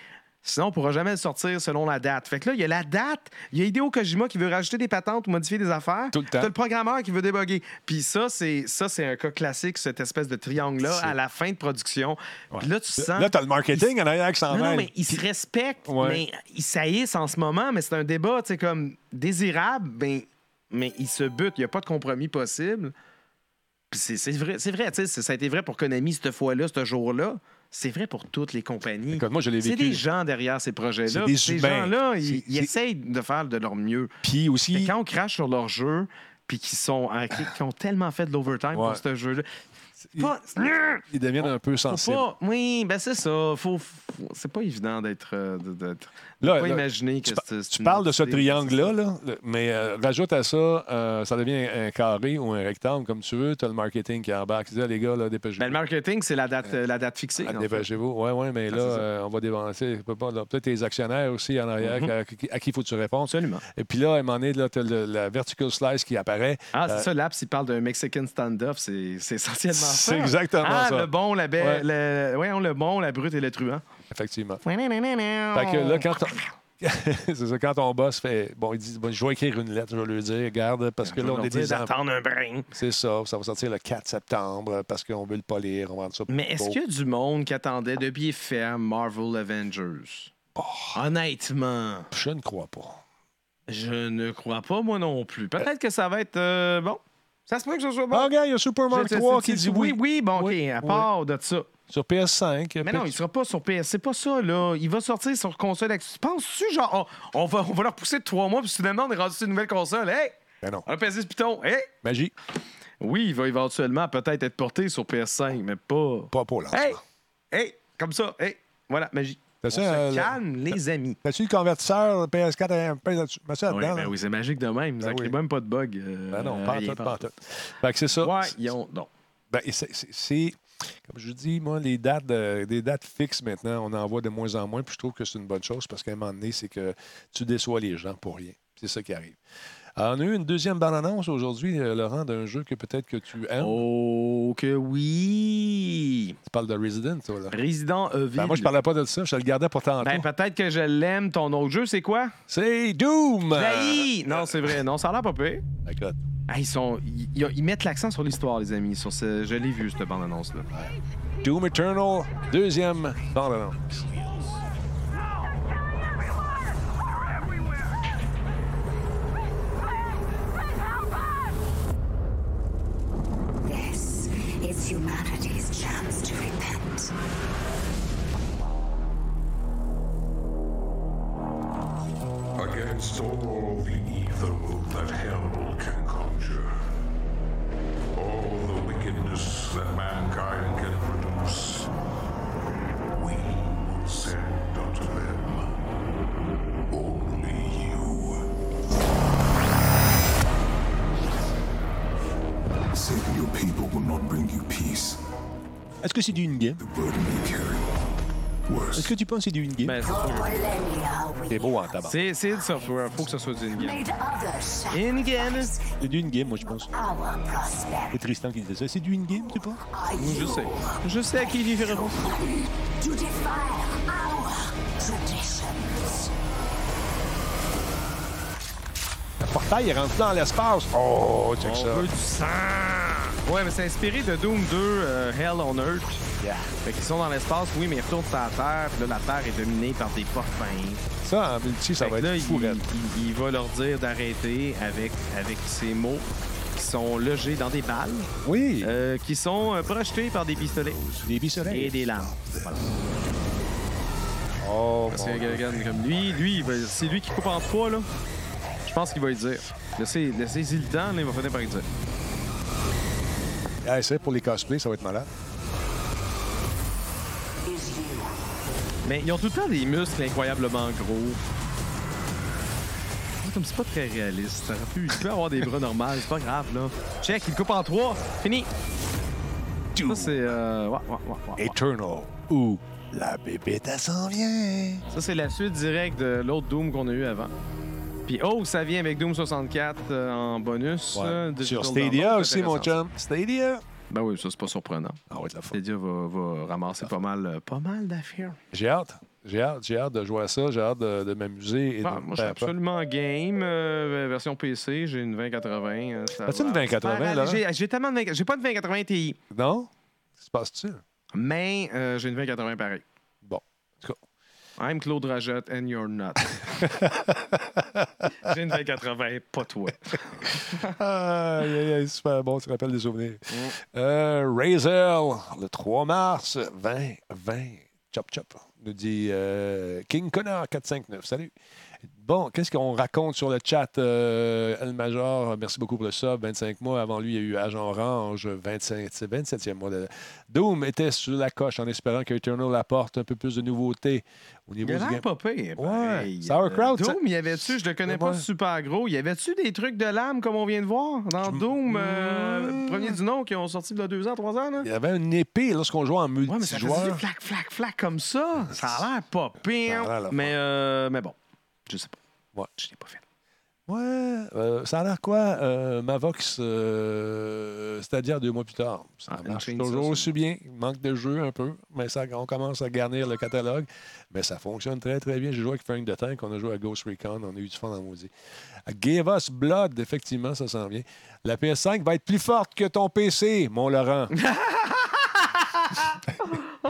Speaker 3: Sinon, on pourra jamais le sortir selon la date. Fait que là, il y a la date, il y a Hideo Kojima qui veut rajouter des patentes ou modifier des affaires.
Speaker 1: Tout le temps.
Speaker 3: T'as le programmeur qui veut déboguer. Puis ça, c'est ça, c'est un cas classique, cette espèce de triangle-là
Speaker 1: C'est-
Speaker 3: à la fin de production. Puis là, tu sens.
Speaker 1: Là, tu as le marketing en arrière qui s'en
Speaker 3: Non, non,
Speaker 1: mêle.
Speaker 3: mais ils se respectent,
Speaker 1: Ouais.
Speaker 3: mais ils saillissent en ce moment, mais c'est un débat, tu sais, comme désirable, ben, mais ils se butent, il n'y a pas de compromis possible. Puis c'est c'est vrai, c'est vrai, tu sais, c'est- ça a été vrai pour Konami cette fois-là, ce jour-là. C'est vrai pour toutes les compagnies.
Speaker 1: Écoute, moi, je l'ai
Speaker 3: C'est
Speaker 1: vécu.
Speaker 3: des gens derrière ces projets-là.
Speaker 1: C'est des
Speaker 3: puis Ces
Speaker 1: humains.
Speaker 3: gens-là, ils,
Speaker 1: C'est-
Speaker 3: ils
Speaker 1: c'est-
Speaker 3: essayent de faire de leur mieux.
Speaker 1: Puis
Speaker 3: Mais
Speaker 1: aussi,
Speaker 3: quand on crache sur leur jeu, puis qui sont qui ont tellement fait de l'overtime
Speaker 1: Ouais.
Speaker 3: pour ce jeu-là. c'est pas-
Speaker 1: ils deviennent un peu
Speaker 3: faut
Speaker 1: sensibles.
Speaker 3: pas- Oui, ben c'est ça. Faut, faut- c'est pas évident d'être. euh, de- d'être- de
Speaker 1: Là,
Speaker 3: pas
Speaker 1: là,
Speaker 3: imaginer que
Speaker 1: Tu, pa-
Speaker 3: c'est- c'est
Speaker 1: tu
Speaker 3: une
Speaker 1: parles de ce
Speaker 3: entité.
Speaker 1: triangle-là, là, le- mais euh, rajoute à ça, euh, ça devient un, un carré ou un rectangle, comme tu veux. Tu as le marketing qui embarque. Tu dis, Ah, les gars, là, dépêchez-vous.
Speaker 3: Ben, le marketing, c'est la date, euh, la date fixée.
Speaker 1: Ah,
Speaker 3: dans le fond.
Speaker 1: Dépêchez-vous. Oui, oui, mais là,
Speaker 3: Ah, c'est ça.
Speaker 1: euh, on va dévancer. Peut-être tes actionnaires aussi en arrière,
Speaker 3: Mm-hmm.
Speaker 1: à, qui- à qui faut que tu répondes.
Speaker 3: Absolument.
Speaker 1: Et puis là, à un moment donné, tu as la vertical slice qui apparaît.
Speaker 3: Ah, c'est
Speaker 1: Euh,
Speaker 3: ça, l'Aps, il parle d'un Mexican stand-off. C'est, c'est essentiellement ça.
Speaker 1: C'est exactement
Speaker 3: ah,
Speaker 1: ça.
Speaker 3: le bon, la
Speaker 1: Ouais.
Speaker 3: belle. le- voyons, le bon, la brute et le truand.
Speaker 1: Effectivement. Fait
Speaker 3: Fait
Speaker 1: que
Speaker 3: que
Speaker 1: là, quand on- c'est ça, quand ton boss fait. Bon, il dit bon, Je vais écrire une lettre, je vais lui dire, regarde, parce que là, on est des enfants.
Speaker 3: attendre un brin.
Speaker 1: C'est ça, ça va sortir le 4 septembre parce qu'on veut le polir, on va rendre ça
Speaker 3: Mais est-ce
Speaker 1: beau.
Speaker 3: qu'il y a du monde qui attendait de pied ferme Marvel Avengers?
Speaker 1: Oh.
Speaker 3: Honnêtement,
Speaker 1: Je ne crois pas.
Speaker 3: je ne crois pas, moi non plus. Peut-être que ça va être euh, bon. Ça se peut que ce soit bon.
Speaker 1: Ah, regarde, il y a Superman 3 qui dit oui.
Speaker 3: Oui, bon,
Speaker 1: Oui,
Speaker 3: OK, à
Speaker 1: oui.
Speaker 3: part de ça.
Speaker 1: Sur PS5.
Speaker 3: Mais non, il sera pas sur PS. C'est pas ça, là. Il va sortir sur console. actuelle. Tu penses-tu, genre, oh, on, va, on va leur pousser de trois mois, puis soudainement, on est rendu sur une nouvelle console. Hey!
Speaker 1: Ben non.
Speaker 3: On a PS Python. Hey!
Speaker 1: Magie,
Speaker 3: Oui, il va éventuellement peut-être être porté sur PS5, mais pas.
Speaker 1: pas pour là.
Speaker 3: Hey! Hey! Comme ça. Hey! Voilà, magie.
Speaker 1: T'as
Speaker 3: On
Speaker 1: ça,
Speaker 3: se
Speaker 1: euh,
Speaker 3: calme, les amis.
Speaker 1: T'as-tu le convertisseur PS4 à PS4? Mets ça
Speaker 3: Oui,
Speaker 1: dedans.
Speaker 3: ben
Speaker 1: là.
Speaker 3: oui, c'est magique de même. ça
Speaker 1: Ah, Ben oui.
Speaker 3: crée même pas de bug. euh,
Speaker 1: Ben non,
Speaker 3: euh,
Speaker 1: pas en
Speaker 3: rien,
Speaker 1: tout,
Speaker 3: pas
Speaker 1: pas en
Speaker 3: en
Speaker 1: tout. Fait que c'est ça.
Speaker 3: tout. Ouais, ils ont. Non.
Speaker 1: Ben, et c'est- c'est- c'est, comme je vous dis, moi, les dates, de- des dates fixes maintenant, on en voit de moins en moins. Puis je trouve que c'est une bonne chose parce qu'à un moment donné, c'est que tu déçois les gens pour rien. C'est ça qui arrive. Alors, on a eu une deuxième bande-annonce aujourd'hui, euh, Laurent, d'un jeu que peut-être que tu aimes.
Speaker 3: Oh, que oui!
Speaker 1: Tu parles de Resident, toi, là.
Speaker 3: Resident Evil.
Speaker 1: Ben, moi, je parlais pas de ça, je te le gardais pour tantôt.
Speaker 3: Ben, peut-être que je l'aime. Ton autre jeu, c'est quoi?
Speaker 1: c'est Doom! Ben,
Speaker 3: Laï! Non, c'est vrai. Non, ça a l'air pas pire.
Speaker 1: Écoute,
Speaker 3: Ah, ils, sont, ils, ils- ils mettent l'accent sur l'histoire, les amis. Sur ce, je l'ai vu, cette bande-annonce-là.
Speaker 1: Doom Eternal, deuxième bande-annonce.
Speaker 7: This is humanity's chance to repent.
Speaker 4: Against all the evil that hell can conjure, all the wickedness that mankind can produce, we will send unto them only you.
Speaker 8: Saving your people will not bring you peace.
Speaker 1: Est-ce que c'est du in-game?
Speaker 8: The burden you carry.
Speaker 1: Est-ce
Speaker 8: Worse.
Speaker 1: que tu penses que c'est du in-game?
Speaker 3: Ben,
Speaker 7: For millennia, we
Speaker 1: c'est beau en tabac.
Speaker 3: c'est, c'est du software. Faut que ça soit du in-game.
Speaker 7: made others sacrifice
Speaker 3: In-game?
Speaker 1: C'est du in-game, moi, je pense.
Speaker 7: our prosperity.
Speaker 1: C'est Tristan qui disait ça. C'est du in-game, tu penses?
Speaker 7: Are
Speaker 3: Je
Speaker 7: you
Speaker 3: sais. Je sais à qui il y fait réponse.
Speaker 7: to defile our traditions?
Speaker 1: Le portail est rentré dans l'espace. Oh, check
Speaker 3: On
Speaker 1: ça.
Speaker 3: veut du sang! Ouais, mais c'est inspiré de Doom 2, euh, Hell on Earth.
Speaker 1: Yeah.
Speaker 3: Fait qu'ils sont dans l'espace, oui, mais ils retournent sur la Terre. Puis là, la Terre est dominée par des parfums.
Speaker 1: Ça, en multi, ça
Speaker 3: Fait
Speaker 1: va
Speaker 3: que là,
Speaker 1: être
Speaker 3: il,
Speaker 1: fou, raide.
Speaker 3: il- il va leur dire d'arrêter avec, avec ces mots qui sont logés dans des balles,
Speaker 1: Oui,
Speaker 3: euh, qui sont euh, projetés par des pistolets
Speaker 1: des bisoleils.
Speaker 3: et des lames. Voilà.
Speaker 1: Oh,
Speaker 3: Parce
Speaker 1: mon-
Speaker 3: que regarde, comme lui, lui il va- c'est lui qui coupe en trois, là. Je pense qu'il va lui dire. Laissez- Laissez-y le temps, là, il va finir par lui dire.
Speaker 1: Ah, ça, pour les cosplays, ça va être malade.
Speaker 7: is you.
Speaker 3: Mais ils ont tout le temps des muscles incroyablement gros. C'est Comme c'est pas très réaliste. Ça aurait pu- Il peut avoir des bras normales, c'est pas grave là. Check, il le coupe en trois, fini. Ça c'est euh, ouais, ouais, ouais, ouais, ouais.
Speaker 1: Eternal, où la bébête, elle s'en vient.
Speaker 3: Ça c'est la suite directe de l'autre Doom qu'on a eu avant. Puis oh, ça vient avec Doom 64 euh, en bonus. euh, digital
Speaker 1: Sur
Speaker 3: download,
Speaker 1: Stadia aussi, mon
Speaker 3: intéressant,
Speaker 1: chum. Stadia.
Speaker 3: ça. Ben oui, ça c'est pas surprenant.
Speaker 1: Ah, ouais, de la faute.
Speaker 3: Stadia va, va ramasser pas mal, euh, pas mal d'affaires.
Speaker 1: J'ai hâte. J'ai hâte, j'ai hâte de jouer à ça, j'ai hâte de, de m'amuser. et
Speaker 3: Ah,
Speaker 1: de-
Speaker 3: moi, je suis
Speaker 1: Ben,
Speaker 3: absolument game. euh, version PC, j'ai une 2080. euh, ça
Speaker 1: As-tu
Speaker 3: va.
Speaker 1: une 2080,
Speaker 3: Super
Speaker 1: là?
Speaker 3: allégé. J'ai, tellement de 20 J'ai pas de 2080 Ti,
Speaker 1: Non? Se passe-tu?
Speaker 3: mais euh, j'ai une 2080 pareil.
Speaker 1: Bon, en tout cas.
Speaker 3: I'm Claude Rajotte and you're not. j'ai une 2080, pas toi.
Speaker 1: Aïe, aïe, aïe, super bon, tu rappelles des souvenirs. Euh, Razel, le 3 mars 2020. Chop, chop. Nous dit euh, King Connor 459. Salut. Bon, qu'est-ce qu'on raconte sur le chat? Euh, El Major, merci beaucoup pour le sub. 25 mois avant lui, il y a eu Agent Orange, 25, 27e mois. de- Doom était sur la coche en espérant que Eternal apporte un peu plus de nouveautés au niveau
Speaker 3: Il a
Speaker 1: du
Speaker 3: l'air
Speaker 1: game.
Speaker 3: pas pire.
Speaker 1: Ouais,
Speaker 3: pareil.
Speaker 1: Sauerkraut,
Speaker 3: Euh,
Speaker 1: ça-
Speaker 3: Doom, il y avait-tu, je le connais pas
Speaker 1: Ouais.
Speaker 3: super gros, il y avait-tu des trucs de l'âme comme on vient de voir dans Doom, euh, premier du nom, qui ont sorti il y a deux ans, trois ans? Là?
Speaker 1: Il y avait une épée lorsqu'on jouait en
Speaker 3: Ouais, mais ça
Speaker 1: multijoueur.
Speaker 3: faisait du flac, flac, flac comme ça. Ça a l'air pas pire.
Speaker 1: Ça a l'air la
Speaker 3: mais, euh, mais bon, je sais pas.
Speaker 1: Ouais.
Speaker 3: Je l'ai pas fait.
Speaker 1: Ouais, euh, ça a l'air quoi, euh, Mavox, euh, c'est-à-dire deux mois plus tard? Ça
Speaker 3: Ah, une
Speaker 1: marche
Speaker 3: chaîne,
Speaker 1: toujours
Speaker 3: ça,
Speaker 1: aussi bien. Manque de jeu un peu, mais ça, on commence à garnir le catalogue. Mais ça fonctionne très, très bien. J'ai joué avec Frank de Tank, on a joué à Ghost Recon, on a eu du fun en maudit. Give Us Blood, effectivement, ça s'en vient. La PS5 va être plus forte que ton PC, mon Laurent.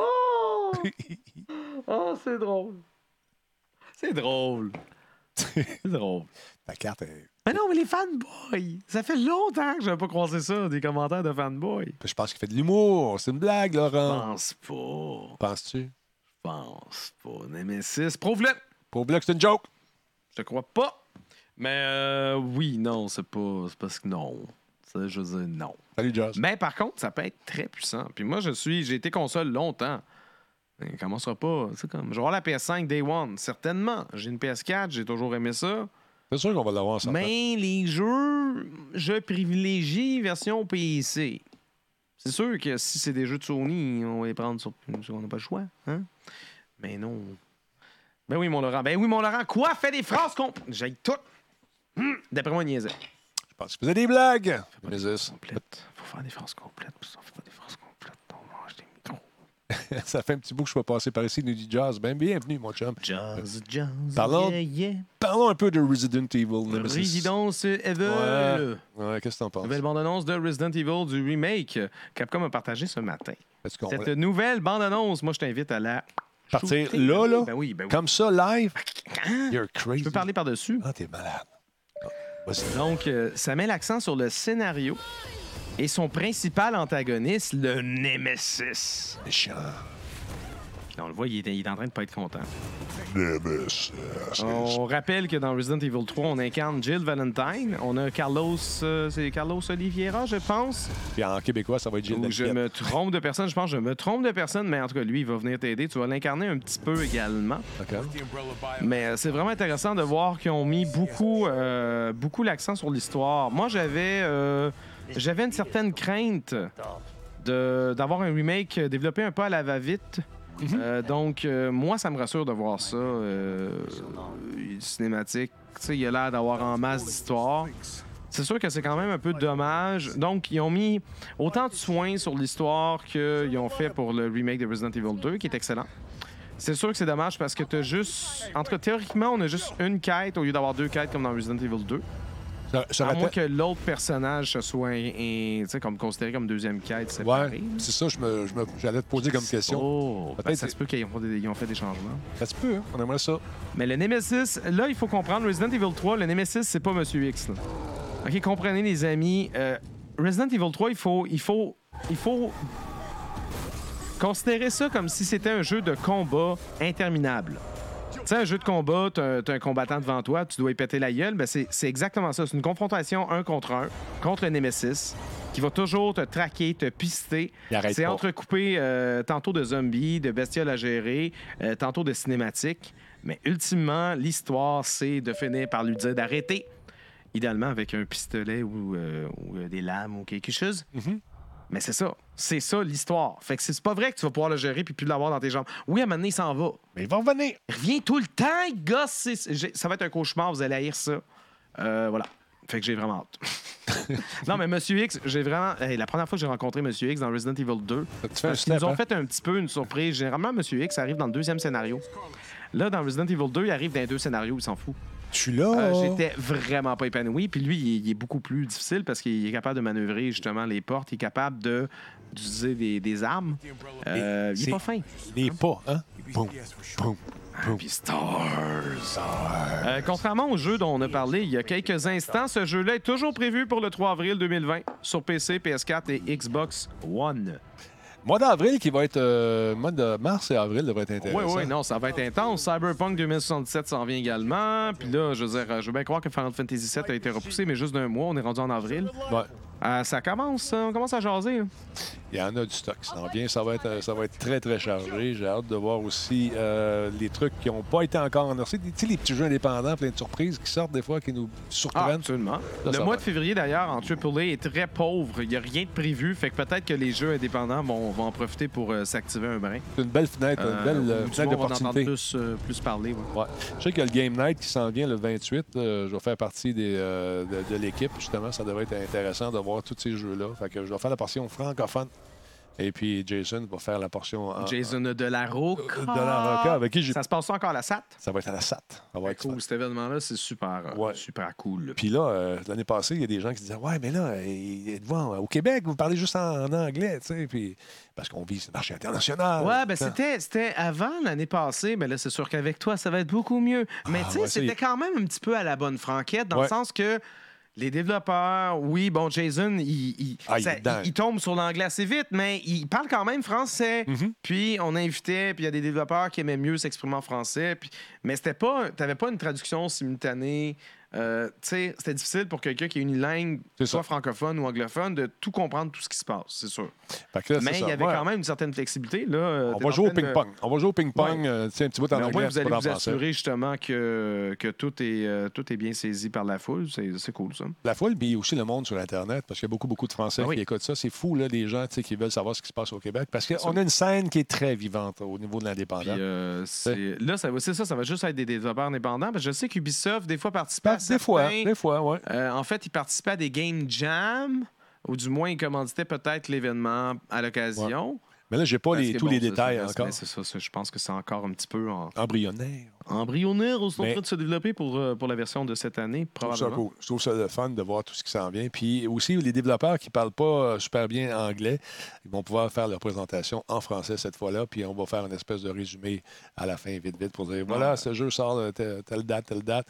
Speaker 3: Oh! c'est drôle. C'est drôle. C'est drôle.
Speaker 1: Ta carte est-
Speaker 3: Mais non, mais les fanboys! Ça fait longtemps que j'avais pas croisé ça, des commentaires de fanboys.
Speaker 1: Je pense qu'il fait de l'humour. C'est une blague, Laurent.
Speaker 3: Pense pas.
Speaker 1: Penses-tu?
Speaker 3: Pense pas. Nemesis, prouve-le!
Speaker 1: Pour Bloc, c'est une joke.
Speaker 3: Je te crois pas. Mais euh, oui, non, c'est pas. C'est parce que non. Ça, je veux dire non.
Speaker 1: Salut, Josh.
Speaker 3: Mais par contre, ça peut être très puissant. Puis moi, je suis, j'ai été console longtemps. Mais on commencera pas. C'est comme, je vais avoir la PS5 Day One, certainement. J'ai une PS4, j'ai toujours aimé ça.
Speaker 1: C'est sûr qu'on va l'avoir ensemble.
Speaker 3: Mais les jeux, je privilégie version PC. C'est sûr que si c'est des jeux de Sony, on va les prendre sur. On n'a pas le choix. Hein? Mais non. Ben oui, mon Laurent. Ben oui, mon Laurent. Quoi? Fais des phrases qu'on. J'aille tout. Hum, D'après moi, niaisait.
Speaker 1: Je pense que je faisais des blagues. Mais c'est-
Speaker 3: complète. Faut faire des phrases complètes. Ça, faut faire des phrases complètes. On mange des micros.
Speaker 1: Ça fait un petit bout que je peux passer par ici, nous dit Jazz. Ben, bienvenue, mon chum.
Speaker 3: Jazz, jazz.
Speaker 1: Parlons-
Speaker 3: Yeah, yeah.
Speaker 1: Parlons un peu de Resident Evil. Nemesis.
Speaker 3: Resident Evil.
Speaker 1: Ouais, ouais, qu'est-ce que t'en penses?
Speaker 3: Nouvelle bande-annonce de Resident Evil du remake. Capcom a partagé ce matin.
Speaker 1: Est-ce qu'on
Speaker 3: Cette
Speaker 1: va
Speaker 3: nouvelle bande-annonce, moi, je t'invite à la.
Speaker 1: partir
Speaker 3: shooter.
Speaker 1: là, là?
Speaker 3: Ben oui, ben oui.
Speaker 1: Comme ça, live? You're crazy.
Speaker 3: hein? Je peux parler par-dessus.
Speaker 1: Ah, t'es malade.
Speaker 3: Donc, euh, ça met l'accent sur le scénario et son principal antagoniste, le Nemesis.
Speaker 1: Méchant.
Speaker 3: On le voit, il est, il est en train de pas être content.
Speaker 4: Nemesis.
Speaker 3: On rappelle que dans Resident Evil 3, on incarne Jill Valentine. On a Carlos, euh, c'est Carlos Oliveira, je pense.
Speaker 1: Puis en québécois, ça va être Gilles
Speaker 3: Ou je
Speaker 1: Delpierre.
Speaker 3: me trompe de personne, je pense que je me trompe de personne, mais en tout cas, lui, il va venir t'aider. Tu vas l'incarner un petit peu également.
Speaker 1: D'accord.
Speaker 3: Mais euh, c'est vraiment intéressant de voir qu'ils ont mis beaucoup, euh, beaucoup l'accent sur l'histoire. Moi, j'avais, euh, j'avais une certaine crainte de, d'avoir un remake développé un peu à la va-vite. Euh, donc, euh, moi, ça me rassure de voir ça. euh, euh, cinématique, tu sais, il a l'air d'avoir en masse d'histoire. C'est sûr que c'est quand même un peu dommage. Donc, ils ont mis autant de soins sur l'histoire qu'ils ont fait pour le remake de Resident Evil 2, qui est excellent. C'est sûr que c'est dommage parce que t'as juste. En tout cas, théoriquement, on a juste une quête au lieu d'avoir deux quêtes comme dans Resident Evil 2.
Speaker 1: Ça, ça
Speaker 3: À
Speaker 1: rappelle-
Speaker 3: moins que l'autre personnage se soit un- un- tu sais, comme considéré comme deuxième quête séparée.
Speaker 1: Ouais, c'est ça, je me- je me- j'allais te poser comme question.
Speaker 3: hein. Oh, ben,
Speaker 1: Peut-être-
Speaker 3: ça se peut qu'ils ont, des- ils ont fait des changements.
Speaker 1: Ça se peut, hein? on aimerait ça.
Speaker 3: Mais le Nemesis, là, il faut comprendre, Resident Evil 3, le Nemesis, c'est pas Monsieur X. là. OK, comprenez, les amis. euh, Resident Evil 3, il faut, il faut, il faut considérer ça comme si c'était un jeu de combat interminable. Tu sais, un jeu de combat, t'as un- t'as un combattant devant toi, tu dois y péter la gueule, ben c'est c'est exactement ça. C'est une confrontation un contre un, contre le Nemesis, qui va toujours te traquer, te pister.
Speaker 1: Il arrête
Speaker 3: C'est
Speaker 1: pas.
Speaker 3: entrecoupé euh, tantôt de zombies, de bestioles à gérer, euh, tantôt de cinématiques. Mais ultimement, l'histoire, c'est de finir par lui dire d'arrêter, idéalement avec un pistolet ou, euh, ou, euh, des lames ou quelque chose.
Speaker 1: Mhm.
Speaker 3: Mais c'est ça. C'est ça l'histoire. Fait que c'est pas vrai que tu vas pouvoir le gérer puis plus l'avoir dans tes jambes. Oui, à un moment donné, il s'en va.
Speaker 1: Mais il va revenir.
Speaker 3: Il revient tout le temps, il gosse. C'est- j'ai- Ça va être un cauchemar, vous allez haïr ça. Euh, voilà. Fait que j'ai vraiment hâte. non, mais Monsieur X, j'ai vraiment. hey, la première fois que j'ai rencontré Monsieur X dans Resident Evil 2,
Speaker 1: Tu fais un
Speaker 3: parce qu'ils
Speaker 1: snap,
Speaker 3: nous ont
Speaker 1: hein?
Speaker 3: fait un petit peu une surprise. Généralement, Monsieur X arrive dans le deuxième scénario. Là, dans Resident Evil 2, il arrive dans les deux scénarios, il s'en fout.
Speaker 1: Je suis là.
Speaker 3: Euh, J'étais vraiment pas épanoui. Puis lui, il est, il est beaucoup plus difficile parce qu'il est capable de manœuvrer justement les portes. Il est capable de d'utiliser des, des armes. Euh, il
Speaker 1: c'est-
Speaker 3: est pas fin.
Speaker 1: Les pas, hein? Boum, boum.
Speaker 3: Puis Stars. Euh, contrairement au jeu dont on a parlé il y a quelques instants, ce jeu-là est toujours prévu pour le 3 avril 2020 sur PC, PS4 et Xbox One.
Speaker 1: Mois d'avril qui va être. euh, mois de mars et avril devrait être
Speaker 3: Oui,
Speaker 1: intéressant.
Speaker 3: oui, non, ça va être intense. Cyberpunk 2077 s'en vient également. Puis là, je veux dire, euh, je veux bien croire que Final Fantasy VII a été repoussé, mais juste d'un mois, on est rendu en avril.
Speaker 1: Ouais.
Speaker 3: Euh, ça commence, on commence à jaser. hein. là.
Speaker 1: Il y en a du stock. Ça en vient. Ça va être, euh, ça va être très, très chargé. J'ai hâte de voir aussi euh, les trucs qui n'ont pas été encore annoncés. Tu sais, les petits jeux indépendants, plein de surprises qui sortent des fois, qui nous
Speaker 3: Ah,
Speaker 1: surprennent.
Speaker 3: absolument.
Speaker 1: Ça, ça
Speaker 3: le mois
Speaker 1: va.
Speaker 3: de février, d'ailleurs, en AAA est très pauvre. Il n'y a rien de prévu. Fait que peut-être que les jeux indépendants vont, vont en profiter pour euh, s'activer un brin.
Speaker 1: C'est une belle fenêtre, une belle,
Speaker 3: Euh,
Speaker 1: euh,
Speaker 3: ou du
Speaker 1: fenêtre
Speaker 3: moins, on va en entendre
Speaker 1: d'opportunité.
Speaker 3: plus, euh, plus parler. ouais.
Speaker 1: Ouais. Je sais qu'il y a le Game Night qui s'en vient le 28. Euh, je vais faire partie des, euh, de, de l'équipe, justement. Ça devrait être intéressant de voir tous ces jeux-là. Fait que je vais faire la portion francophone. Et puis Jason va faire la portion en,
Speaker 3: Jason de la Roca.
Speaker 1: Ah. de la Roca, avec qui j'ai. Ça...
Speaker 3: Ça se passe encore à la SAT?
Speaker 1: va être à la SAT. Ça va être
Speaker 3: Cool, cet événement-là, c'est super, euh,
Speaker 1: Ouais.
Speaker 3: super cool.
Speaker 1: Puis là, euh, l'année passée, il y a des gens qui disaient Ouais, mais là, euh, êtes-vous en- au Québec, vous parlez juste en, en anglais, tu sais. Puis parce qu'on vise le marché international.
Speaker 3: Ouais, ben
Speaker 1: Ça.
Speaker 3: c'était, c'était avant l'année passée, mais là, c'est sûr qu'avec toi, ça va être beaucoup mieux. Mais tu sais,
Speaker 1: Ah, ouais, ça y est.
Speaker 3: c'était quand même un petit peu à la bonne franquette, dans
Speaker 1: Ouais.
Speaker 3: le sens que les développeurs, oui, bon, Jason, il, il,
Speaker 1: Ah, il est dedans.
Speaker 3: il- il tombe sur l'anglais assez vite, mais il parle quand même français.
Speaker 1: Mm-hmm.
Speaker 3: Puis on invitait, puis il y a des développeurs qui aimaient mieux s'exprimer en français. Puis... Mais c'était pas, t'avais pas une traduction simultanée. Euh, tu sais, c'était difficile pour quelqu'un qui est une langue,
Speaker 1: C'est
Speaker 3: soit
Speaker 1: ça.
Speaker 3: francophone ou anglophone, de tout comprendre tout ce qui se passe, c'est sûr.
Speaker 1: Fait que là, c'est
Speaker 3: Mais il
Speaker 1: ça.
Speaker 3: y avait
Speaker 1: Ouais.
Speaker 3: quand même une certaine flexibilité. Là, euh,
Speaker 1: On
Speaker 3: t'es
Speaker 1: va
Speaker 3: en
Speaker 1: jouer au
Speaker 3: train de-
Speaker 1: ping-pong. On va jouer au ping-pong,
Speaker 3: Ouais.
Speaker 1: euh, tu sais, un petit bout en
Speaker 3: Mais au
Speaker 1: anglais.
Speaker 3: moins, vous allez
Speaker 1: pas en
Speaker 3: vous
Speaker 1: français.
Speaker 3: assurer justement que, que tout, est, euh, tout est bien saisi par la foule. C'est c'est cool, ça.
Speaker 1: La foule, puis aussi le monde sur Internet, parce qu'il y a beaucoup, beaucoup de Français
Speaker 3: Ah oui.
Speaker 1: qui écoutent ça. C'est fou, là, les gens tu sais, qui veulent savoir ce qui se passe au Québec, parce qu'on a une scène qui est très vivante au niveau de
Speaker 3: Puis,
Speaker 1: l'indépendant.
Speaker 3: euh, c'est- là, ça va, c'est ça, ça va juste être des développeurs indépendants. Parce que je sais qu'Ubisoft, des fois, participe à
Speaker 1: Ben, Des fois,
Speaker 3: certains-
Speaker 1: des fois, oui.
Speaker 3: Euh, en fait, ils participaient à des game jam, ou du moins, ils commanditaient peut-être l'événement à l'occasion.
Speaker 1: Mais là, j'ai pas
Speaker 3: Parce
Speaker 1: les-
Speaker 3: que,
Speaker 1: tous
Speaker 3: bon,
Speaker 1: les
Speaker 3: ça,
Speaker 1: détails
Speaker 3: c'est-
Speaker 1: encore.
Speaker 3: mais C'est ça, ça, je pense que c'est encore un petit peu en,
Speaker 1: Embryonnaire.
Speaker 3: embryonnaire. Ils sont
Speaker 1: Mais-
Speaker 3: en train de se développer pour, euh, pour la version de cette année,
Speaker 1: Je trouve ça
Speaker 3: probablement.
Speaker 1: cool. Je trouve ça le fun de voir tout ce qui s'en vient. Puis aussi, les développeurs qui ne parlent pas euh, super bien anglais, ils vont pouvoir faire leur présentation en français cette fois-là. Puis on va faire une espèce de résumé à la fin, vite, vite, pour dire voilà, ce jeu sort euh, telle telle date, telle date.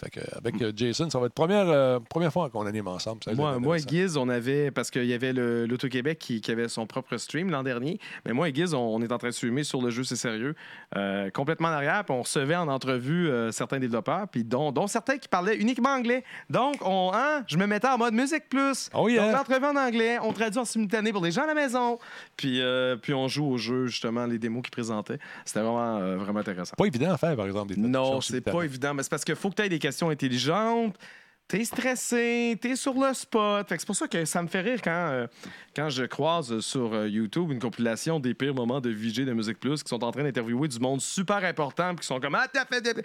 Speaker 1: Fait que, avec euh, Jason, ça va être première, euh, première fois qu'on anime ensemble. Ah, Ça va être
Speaker 3: Hmm. Moi, moi et
Speaker 1: intéressant.
Speaker 3: Guiz, on avait, parce qu'il y avait le- l'Auto-Québec qui, qui avait son propre stream l'an dernier, mais moi et Guiz, on, on est en train de streamer sur le jeu, c'est sérieux, euh, complètement en arrière, puis on recevait en entrevue euh, certains développeurs, puis dont, dont certains qui parlaient uniquement anglais. Donc, on, hein, je me mettais en mode musique plus.
Speaker 1: Oh yeah.
Speaker 3: Donc, l'entrevue en anglais, on traduit en simultané pour les gens à la maison, puis, euh, puis on joue au jeu, justement, les démos qu'ils présentaient. C'était vraiment, euh, vraiment intéressant.
Speaker 1: Pas évident à faire, par exemple. des traductions
Speaker 3: Non, c'est pas
Speaker 1: simultanées.
Speaker 3: évident, mais c'est parce qu'il faut que tu aies des questions intelligentes. T'es stressé, t'es sur le spot. Fait que c'est pour ça que ça me fait rire quand, euh, quand je croise sur euh, YouTube une compilation des pires moments de VJ de Musique Plus qui sont en train d'interviewer du monde super important puis qui sont comme Ah, t'as fait. des-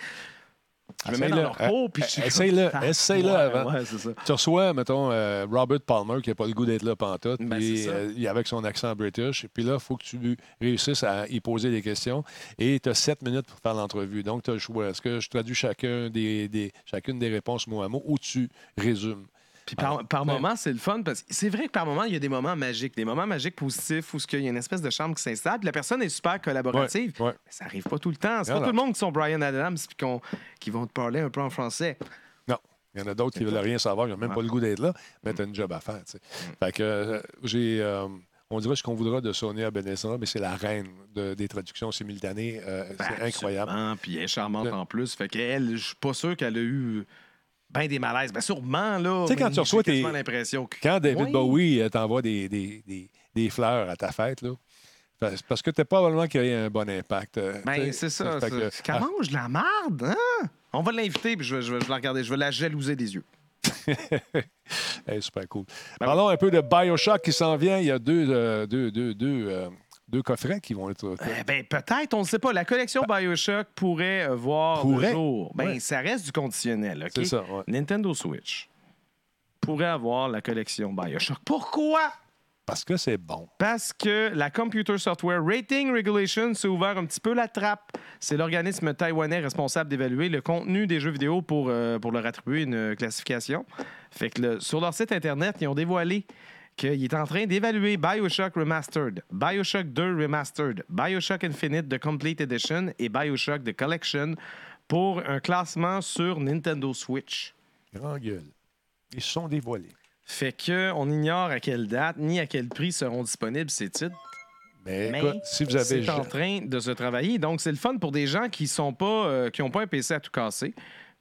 Speaker 3: Je me mets dans
Speaker 1: Essaye-le.
Speaker 3: leur peau puis je suis
Speaker 1: Eh,
Speaker 3: comme,
Speaker 1: essaye-le,
Speaker 3: Ah,
Speaker 1: essaye-le hein.
Speaker 3: ouais,
Speaker 1: avant.
Speaker 3: Ouais, c'est ça.
Speaker 1: Tu reçois, mettons, euh, Robert Palmer, qui n'a pas le goût d'être là pantoute,
Speaker 3: Ben,
Speaker 1: puis,
Speaker 3: c'est ça.
Speaker 1: euh, il- avec son accent british. Et puis là, il faut que tu réussisses à y poser des questions. Et tu as sept minutes pour faire l'entrevue. Donc, tu as le choix. Est-ce que je traduis chacun des, des- chacune des réponses mot à mot ou tu résumes?
Speaker 3: Puis
Speaker 1: Ah,
Speaker 3: par, par moment, c'est le fun parce que c'est vrai que par moment, il y a des moments magiques, des moments magiques positifs où ce qu'il y a une espèce de chambre qui s'installe. puis La personne est super collaborative.
Speaker 1: Ouais, ouais.
Speaker 3: Mais ça arrive pas tout le temps. C'est pas
Speaker 1: Non,
Speaker 3: tout le monde qui sont Brian Adams puis qu'on- qui vont te parler un peu en français.
Speaker 1: Non. Il y en a d'autres qui veulent rien savoir, ils n'ont même pas le goût d'être là, mais tu as une job à faire. tu sais.
Speaker 3: Mm.
Speaker 1: Fait que euh, j'ai. euh, on dirait ce qu'on voudra de Sonia Benessra, mais c'est la reine de- des traductions simultanées.
Speaker 3: Ben,
Speaker 1: euh, c'est incroyable.
Speaker 3: Absolument, Puis elle est charmante
Speaker 1: Le-
Speaker 3: en plus. Fait qu'elle, je suis pas sûr qu'elle a eu ben des malaises. Bien sûrement, là.
Speaker 1: Tu sais, quand
Speaker 3: mais
Speaker 1: tu reçois
Speaker 3: j'ai
Speaker 1: tes-
Speaker 3: quasiment l'impression que.
Speaker 1: Quand David
Speaker 3: Oui.
Speaker 1: Bowie euh, t'envoie des, des- des- des fleurs à ta fête, là, parce, parce que t'es probablement qu'il y a eu un bon impact. euh, tu sais.
Speaker 3: Ben, c'est ça.
Speaker 1: Fait
Speaker 3: c'est-
Speaker 1: que- Ah.
Speaker 3: Qu'elle mange de la marde, hein? On va l'inviter, puis je vais, je vais- je vais la regarder. Je vais la jalouser des yeux.
Speaker 1: Hey, super cool.
Speaker 3: Ben
Speaker 1: Parlons un peu de Bioshock qui s'en vient. Il y a deux, euh, deux, deux, deux, euh, deux coffrets qui vont être. euh,
Speaker 3: Eh ben, peut-être, on ne sait pas. La collection Bioshock pourrait euh, voir
Speaker 1: Bah. Pourrait.
Speaker 3: le jour. Ben, ça reste du conditionnel, OK?
Speaker 1: C'est ça, ouais.
Speaker 3: Nintendo Switch pourrait avoir la collection Bioshock. Pourquoi?
Speaker 1: Parce que c'est bon.
Speaker 3: Parce que la Computer Software Rating Regulation s'est ouvert un petit peu la trappe. C'est l'organisme taïwanais responsable d'évaluer le contenu des jeux vidéo pour, euh, pour leur attribuer une euh, classification. Fait que le- sur leur site Internet, ils ont dévoilé qu'il est en train d'évaluer Bioshock Remastered, Bioshock 2 Remastered, Bioshock Infinite The Complete Edition et Bioshock The Collection pour un classement sur Nintendo Switch.
Speaker 1: Grand gueule. Ils se sont dévoilés.
Speaker 3: Fait que on ignore à quelle date ni à quel prix seront disponibles ces titres.
Speaker 1: Mais,
Speaker 3: Mais
Speaker 1: écoute, si vous avez.
Speaker 3: c'est en train de se travailler. Donc, c'est le fun pour des gens qui sont pas, euh, qui n'ont pas un PC à tout casser,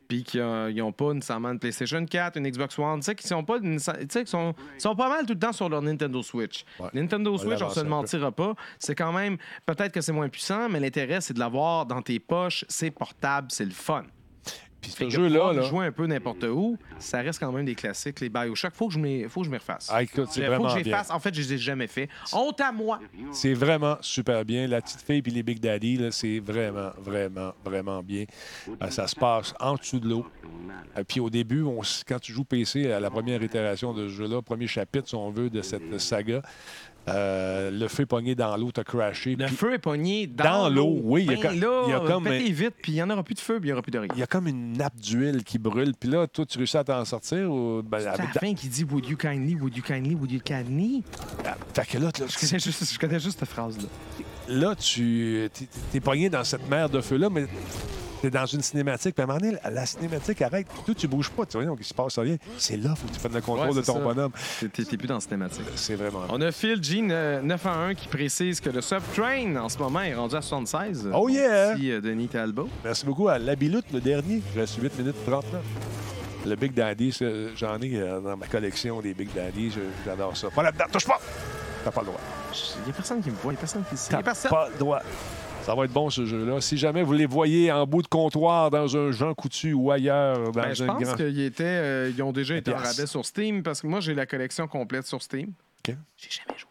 Speaker 3: puis qui n'ont pas nécessairement une PlayStation 4, une Xbox One, tu sais, qui sont pas, une- tu sais, qui sont, sont pas mal tout le temps sur leur Nintendo Switch.
Speaker 1: Ouais.
Speaker 3: Nintendo
Speaker 1: On
Speaker 3: Switch, on
Speaker 1: l'avance
Speaker 3: se
Speaker 1: un peu.
Speaker 3: le mentira pas, c'est quand même, peut-être que c'est moins puissant, mais l'intérêt, c'est de l'avoir dans tes poches, c'est portable, c'est le fun.
Speaker 1: Puis ce
Speaker 3: Fait que
Speaker 1: jeu-là,
Speaker 3: pouvoir
Speaker 1: là.
Speaker 3: jouer un peu n'importe où, ça reste quand même des classiques, les Bioshock. Faut que je m'y, faut que je m'y refasse.
Speaker 1: Ah, écoute, c'est
Speaker 3: Faut
Speaker 1: vraiment
Speaker 3: que j'y
Speaker 1: bien.
Speaker 3: fasse. En fait, je les ai jamais fait. Honte à moi.
Speaker 1: C'est vraiment super bien. La petite fille puis les Big Daddy, là, c'est vraiment, vraiment, vraiment bien. Euh, ça se passe en dessous de l'eau. Euh, puis au début, on s- quand tu joues PC à la première itération de ce jeu-là, premier chapitre, si on veut, de cette saga, euh, le feu est pogné dans l'eau, t'as crashé.
Speaker 3: Le
Speaker 1: puis
Speaker 3: feu est pogné dans,
Speaker 1: Dans l'eau, oui, il y a
Speaker 3: Ben
Speaker 1: comme-
Speaker 3: là,
Speaker 1: il y a comme-
Speaker 3: pétez vite, puis il n'y en aura plus de feu, puis il n'y aura plus de rien.
Speaker 1: Il y a comme une nappe d'huile qui brûle. Puis là, toi, tu réussis à t'en sortir. Ou... ben,
Speaker 3: C'est à
Speaker 1: avec
Speaker 3: la fin qui dit « Would you kindly, would you kindly, would you kindly?
Speaker 1: ta- Fait que là, là, »
Speaker 3: Je connais juste, je connais juste cette phrase-là.
Speaker 1: là, tu t'es- t'es pogné dans cette mer de feu-là, mais t'es dans une cinématique. Puis à un moment donné, la- la cinématique arrête. Toi, tu bouges pas. Tu vois, donc il se passe rien. C'est là faut que tu prennes le contrôle
Speaker 3: Ouais,
Speaker 1: de
Speaker 3: c'est
Speaker 1: ton
Speaker 3: ça.
Speaker 1: bonhomme.
Speaker 3: T'es- T'es t'es plus dans cette thématique.
Speaker 1: C'est vraiment.
Speaker 3: On a Phil G 911 qui précise que le Subtrain, en ce moment, est rendu à 76.
Speaker 1: Oh yeah!
Speaker 3: Merci, euh, Denis Talbot.
Speaker 1: Merci beaucoup à Labilute, le dernier. Je suis 8 minutes 39. Le Big Daddy, c'est- j'en ai euh, dans ma collection des Big Daddy. Je- J'adore ça. Pas là-dedans, touche pas! T'as pas le droit.
Speaker 3: Il n'y a personne qui me voit, il n'y a personne qui sait. Il y
Speaker 1: T'as
Speaker 3: a personne.
Speaker 1: pas le droit. Ça va être bon, ce jeu-là. Si jamais vous les voyez en bout de comptoir dans un Jean Coutu ou ailleurs, dans
Speaker 3: Ben,
Speaker 1: un
Speaker 3: je pense
Speaker 1: grand...
Speaker 3: qu'ils étaient, euh, ils ont déjà été en
Speaker 1: pièce.
Speaker 3: rabais sur Steam parce que moi j'ai la collection complète sur Steam.
Speaker 1: Ok.
Speaker 3: J'ai jamais joué.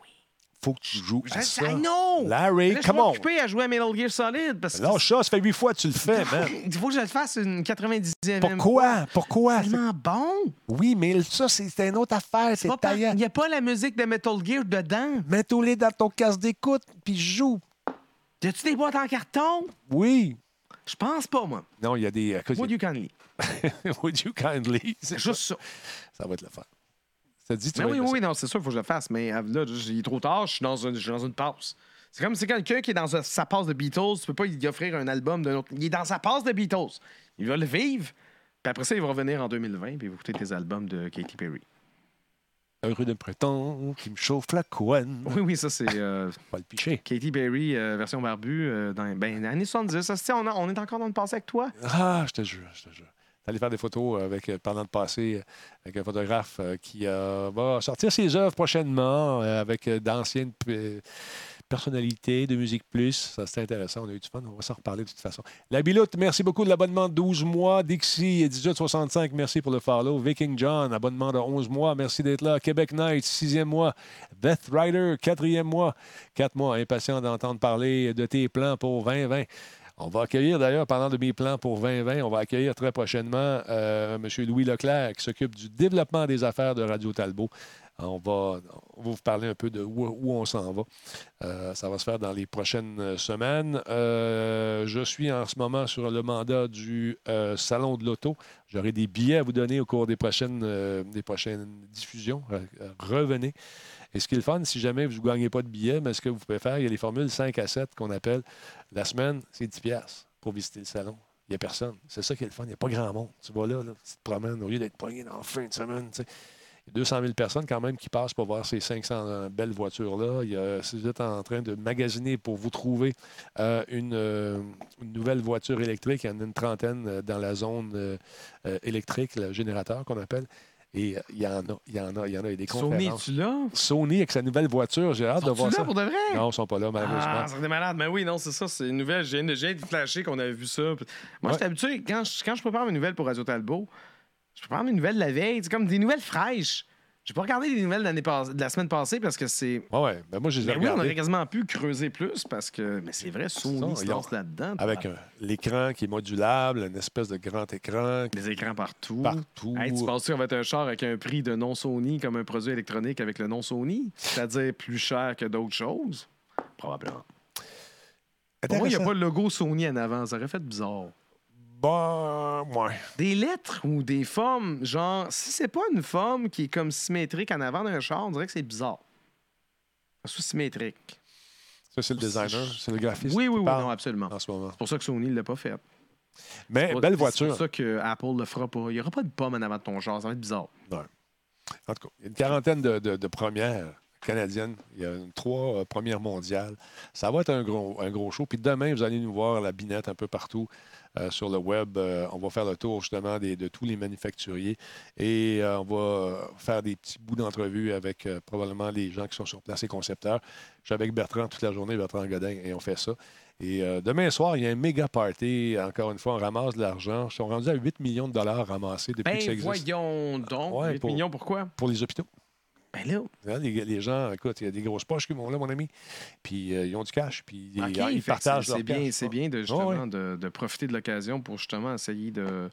Speaker 1: faut que tu joues
Speaker 3: Ah,
Speaker 1: à ça.
Speaker 3: I know!
Speaker 1: Larry,
Speaker 3: Là, je suis
Speaker 1: come on!
Speaker 3: occupé à jouer à Metal Gear Solid parce que
Speaker 1: Lâche ça, ça fait huit fois que tu le fais, man.
Speaker 3: il faut que je le fasse une 90e.
Speaker 1: Pourquoi? Pourquoi?
Speaker 3: C'est tellement bon!
Speaker 1: Oui, mais ça, c'est une autre affaire. C'est
Speaker 3: Pas par- Il
Speaker 1: taillant.
Speaker 3: n'y a pas la musique de Metal Gear dedans.
Speaker 1: mets tous les dans ton casque d'écoute, puis joue.
Speaker 3: Y a-tu des boîtes en carton?
Speaker 1: Oui.
Speaker 3: Je pense pas, moi.
Speaker 1: Non, il y a des... euh,
Speaker 3: Would you kindly?
Speaker 1: Would you kindly? C'est
Speaker 3: Juste ça.
Speaker 1: Ça va être le fun. Ça te dit, tu
Speaker 3: Mais
Speaker 1: vas
Speaker 3: oui,
Speaker 1: aimer
Speaker 3: oui, non, c'est sûr, il faut que je le fasse. Mais euh, là, j- il est trop tard, je suis dans une, je suis dans une passe. C'est comme si quelqu'un qui est dans sa- sa passe de Beatles, tu peux pas lui offrir un album d'un autre. Il est dans sa passe de Beatles. Il va le vivre. Puis après ça, il va revenir en 2020 puis il va écouter tes albums de Katy Perry.
Speaker 1: ça. Heureux de printemps qui me chauffe la couenne.
Speaker 3: Oui, oui, ça, c'est euh,
Speaker 1: Pas le picher.
Speaker 3: Katy Perry, euh, version barbu, euh, dans ben, années 70. Ça, c'est- on, a- on est encore dans le passé avec toi.
Speaker 1: Ah, je te jure, je te jure. T'allais faire des photos avec, euh, pendant le passé euh, avec un photographe euh, qui euh, va sortir ses œuvres prochainement euh, avec euh, d'anciennes euh, personnalités de Musique Plus. Ça, c'était intéressant. On a eu du fun. On va s'en reparler de toute façon. La Biloute, merci beaucoup de l'abonnement de 12 mois. Dixie, 1865, merci pour le follow. Viking John, abonnement de 11 mois. Merci d'être là. Québec Night, sixième mois. Beth Ryder, quatrième mois. Quatre mois, impatient d'entendre parler de tes plans pour 2020. On va accueillir d'ailleurs, pendant de mes plans pour 2020, on va accueillir très prochainement euh, M. Louis Leclerc qui s'occupe du développement des affaires de Radio Talbot. On va, on va vous parler un peu de où, où on s'en va. Euh, ça va se faire dans les prochaines semaines. Euh, je suis en ce moment sur le mandat du euh, Salon de l'Auto. J'aurai des billets à vous donner au cours des prochaines, euh, des prochaines diffusions. Re- euh, revenez. Et ce qui est le fun, si jamais vous ne gagnez pas de billets, mais ce que vous pouvez faire, il y a les formules 5 à 7 qu'on appelle la semaine, c'est 10 piastres pour visiter le salon. Il n'y a personne. C'est ça qui est le fun. Il n'y a pas grand monde. Tu vas là, là, tu te promènes au lieu d'être poigné dans la fin de semaine. tu sais. Il y a 200 000 personnes quand même qui passent pour voir ces 500 belles voitures-là. Il y a- Si vous êtes en train de magasiner pour vous trouver euh, une, euh, une nouvelle voiture électrique, il y en a une trentaine euh, dans la zone euh, euh, électrique, le générateur qu'on appelle. Et euh, il y en a, il y en a, il y en a. Il y a des
Speaker 3: Sony,
Speaker 1: conférences.
Speaker 3: tu là?
Speaker 1: Sony avec sa nouvelle voiture, j'ai hâte de
Speaker 3: Tu
Speaker 1: voir
Speaker 3: là
Speaker 1: ça.
Speaker 3: pour de vrai?
Speaker 1: Non, ils sont pas là, malheureusement.
Speaker 3: Ah, c'est des malades. Mais oui, non, c'est ça, c'est une nouvelle. J'ai j'ai été flashé qu'on avait vu ça. Puis Moi,
Speaker 1: Ouais.
Speaker 3: j'étais habitué, quand je, quand je prépare mes nouvelles pour Radio Talbot, je prépare mes nouvelles la veille. C'est comme des nouvelles fraîches. J'ai pas regardé les nouvelles de l'année pas- de la semaine passée parce que c'est.
Speaker 1: Ouais, ouais. Ben, moi, je les ai
Speaker 3: Mais oui, on
Speaker 1: regardées.
Speaker 3: aurait quasiment pu creuser plus parce que. Mais c'est vrai, Sony
Speaker 1: Non,
Speaker 3: se
Speaker 1: Ah, ils ont-
Speaker 3: lance là-dedans.
Speaker 1: Avec un- l'écran qui est modulable, une espèce de grand écran
Speaker 3: Des écrans partout.
Speaker 1: partout.
Speaker 3: Hey, tu penses qu'on va être un char avec un prix de non Sony comme un produit électronique avec le non Sony? C'est-à-dire plus cher que d'autres choses? Probablement. Pour moi, il n'y a pas le logo Sony en avant. Ça aurait fait bizarre.
Speaker 1: Bon, ouais.
Speaker 3: Des lettres ou des formes, genre, si c'est pas une forme qui est comme symétrique en avant d'un char, on dirait que c'est bizarre. Sous-symétrique.
Speaker 1: Ça, c'est le designer, c'est le graphiste.
Speaker 3: Oui, oui,
Speaker 1: qui
Speaker 3: oui,
Speaker 1: parle
Speaker 3: non, absolument.
Speaker 1: En
Speaker 3: C'est
Speaker 1: ce moment.
Speaker 3: pour ça que Sony ne l'a pas fait.
Speaker 1: Mais Ah. Eh, belle
Speaker 3: C'est
Speaker 1: voiture.
Speaker 3: pour ça que Apple le fera pas. Il n'y aura pas de pomme en avant de ton char, ça va être bizarre.
Speaker 1: En tout cas, il y a une quarantaine de, de- de premières canadiennes. Il y a une- trois euh, premières mondiales. Ça va être un gros, un gros show. Puis demain, vous allez nous voir à la binette un peu partout euh, sur le web. Euh, on va faire le tour justement des- de tous les manufacturiers et euh, on va euh, faire des petits bouts d'entrevue avec euh, probablement les gens qui sont sur place, les concepteurs. Je suis avec Bertrand toute la journée, Bertrand Godin, et on fait ça. Et euh, demain soir, il y a un méga party. Encore une fois, on ramasse de l'argent. Ils sont rendus à 8 millions de dollars ramassés depuis
Speaker 3: Ben
Speaker 1: que ça existe Ah
Speaker 3: voyons donc.
Speaker 1: Ouais,
Speaker 3: 8
Speaker 1: pour-
Speaker 3: millions, pourquoi?
Speaker 1: pour les hôpitaux.
Speaker 3: Ben là,
Speaker 1: Hein, les, les gens, écoute, il y a des grosses poches qui vont là, mon ami. Puis euh, ils ont du cash, puis ils-
Speaker 3: ok,
Speaker 1: ils,
Speaker 3: fait que
Speaker 1: partagent
Speaker 3: c'est-
Speaker 1: leur
Speaker 3: C'est bien,
Speaker 1: cash.
Speaker 3: c'est bien de, justement,
Speaker 1: ouais.
Speaker 3: de, de profiter de l'occasion pour justement essayer de,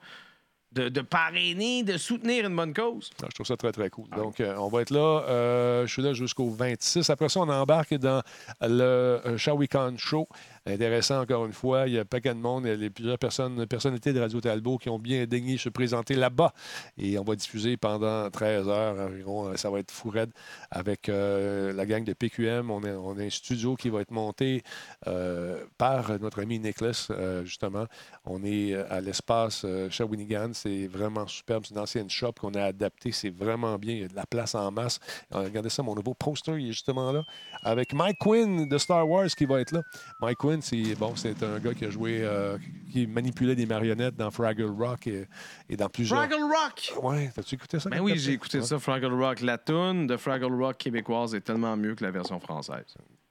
Speaker 3: de, de parrainer, de soutenir une bonne cause.
Speaker 1: Non, je trouve ça très, très
Speaker 3: Ah.
Speaker 1: cool. Donc, euh, on va être là. Euh, je suis là jusqu'au 26. Après ça, on embarque dans le euh, Shawi Khan Show. Intéressant, encore une fois. Il y a un paquet de monde. Il y a les- plusieurs personnes, personnalités de Radio Talbot qui ont bien daigné se présenter là-bas. Et on va diffuser pendant 13 heures environ. Ça va être fou raide avec euh, la gang de PQM. On a, on a un studio qui va être monté euh, par notre ami Nicholas, euh, justement. On est euh, à l'espace euh, Shawinigan. C'est vraiment superbe. C'est une ancienne shop qu'on a adaptée. C'est vraiment bien. Il y a de la place en masse. Euh, regardez ça, mon nouveau poster, il est justement là. Avec Mike Quinn de Star Wars qui va être là. Mike Quinn, c'est bon, c'est un gars qui a joué, euh, qui manipulait des marionnettes dans Fraggle Rock et, et dans plusieurs.
Speaker 3: Fraggle Rock!
Speaker 1: Ouais, t'as-tu écouté ça?
Speaker 3: Ben oui,
Speaker 1: Captain?
Speaker 3: j'ai écouté
Speaker 1: Ouais.
Speaker 3: ça, Fraggle Rock. La toune de Fraggle Rock québécoise est tellement mieux que la version française.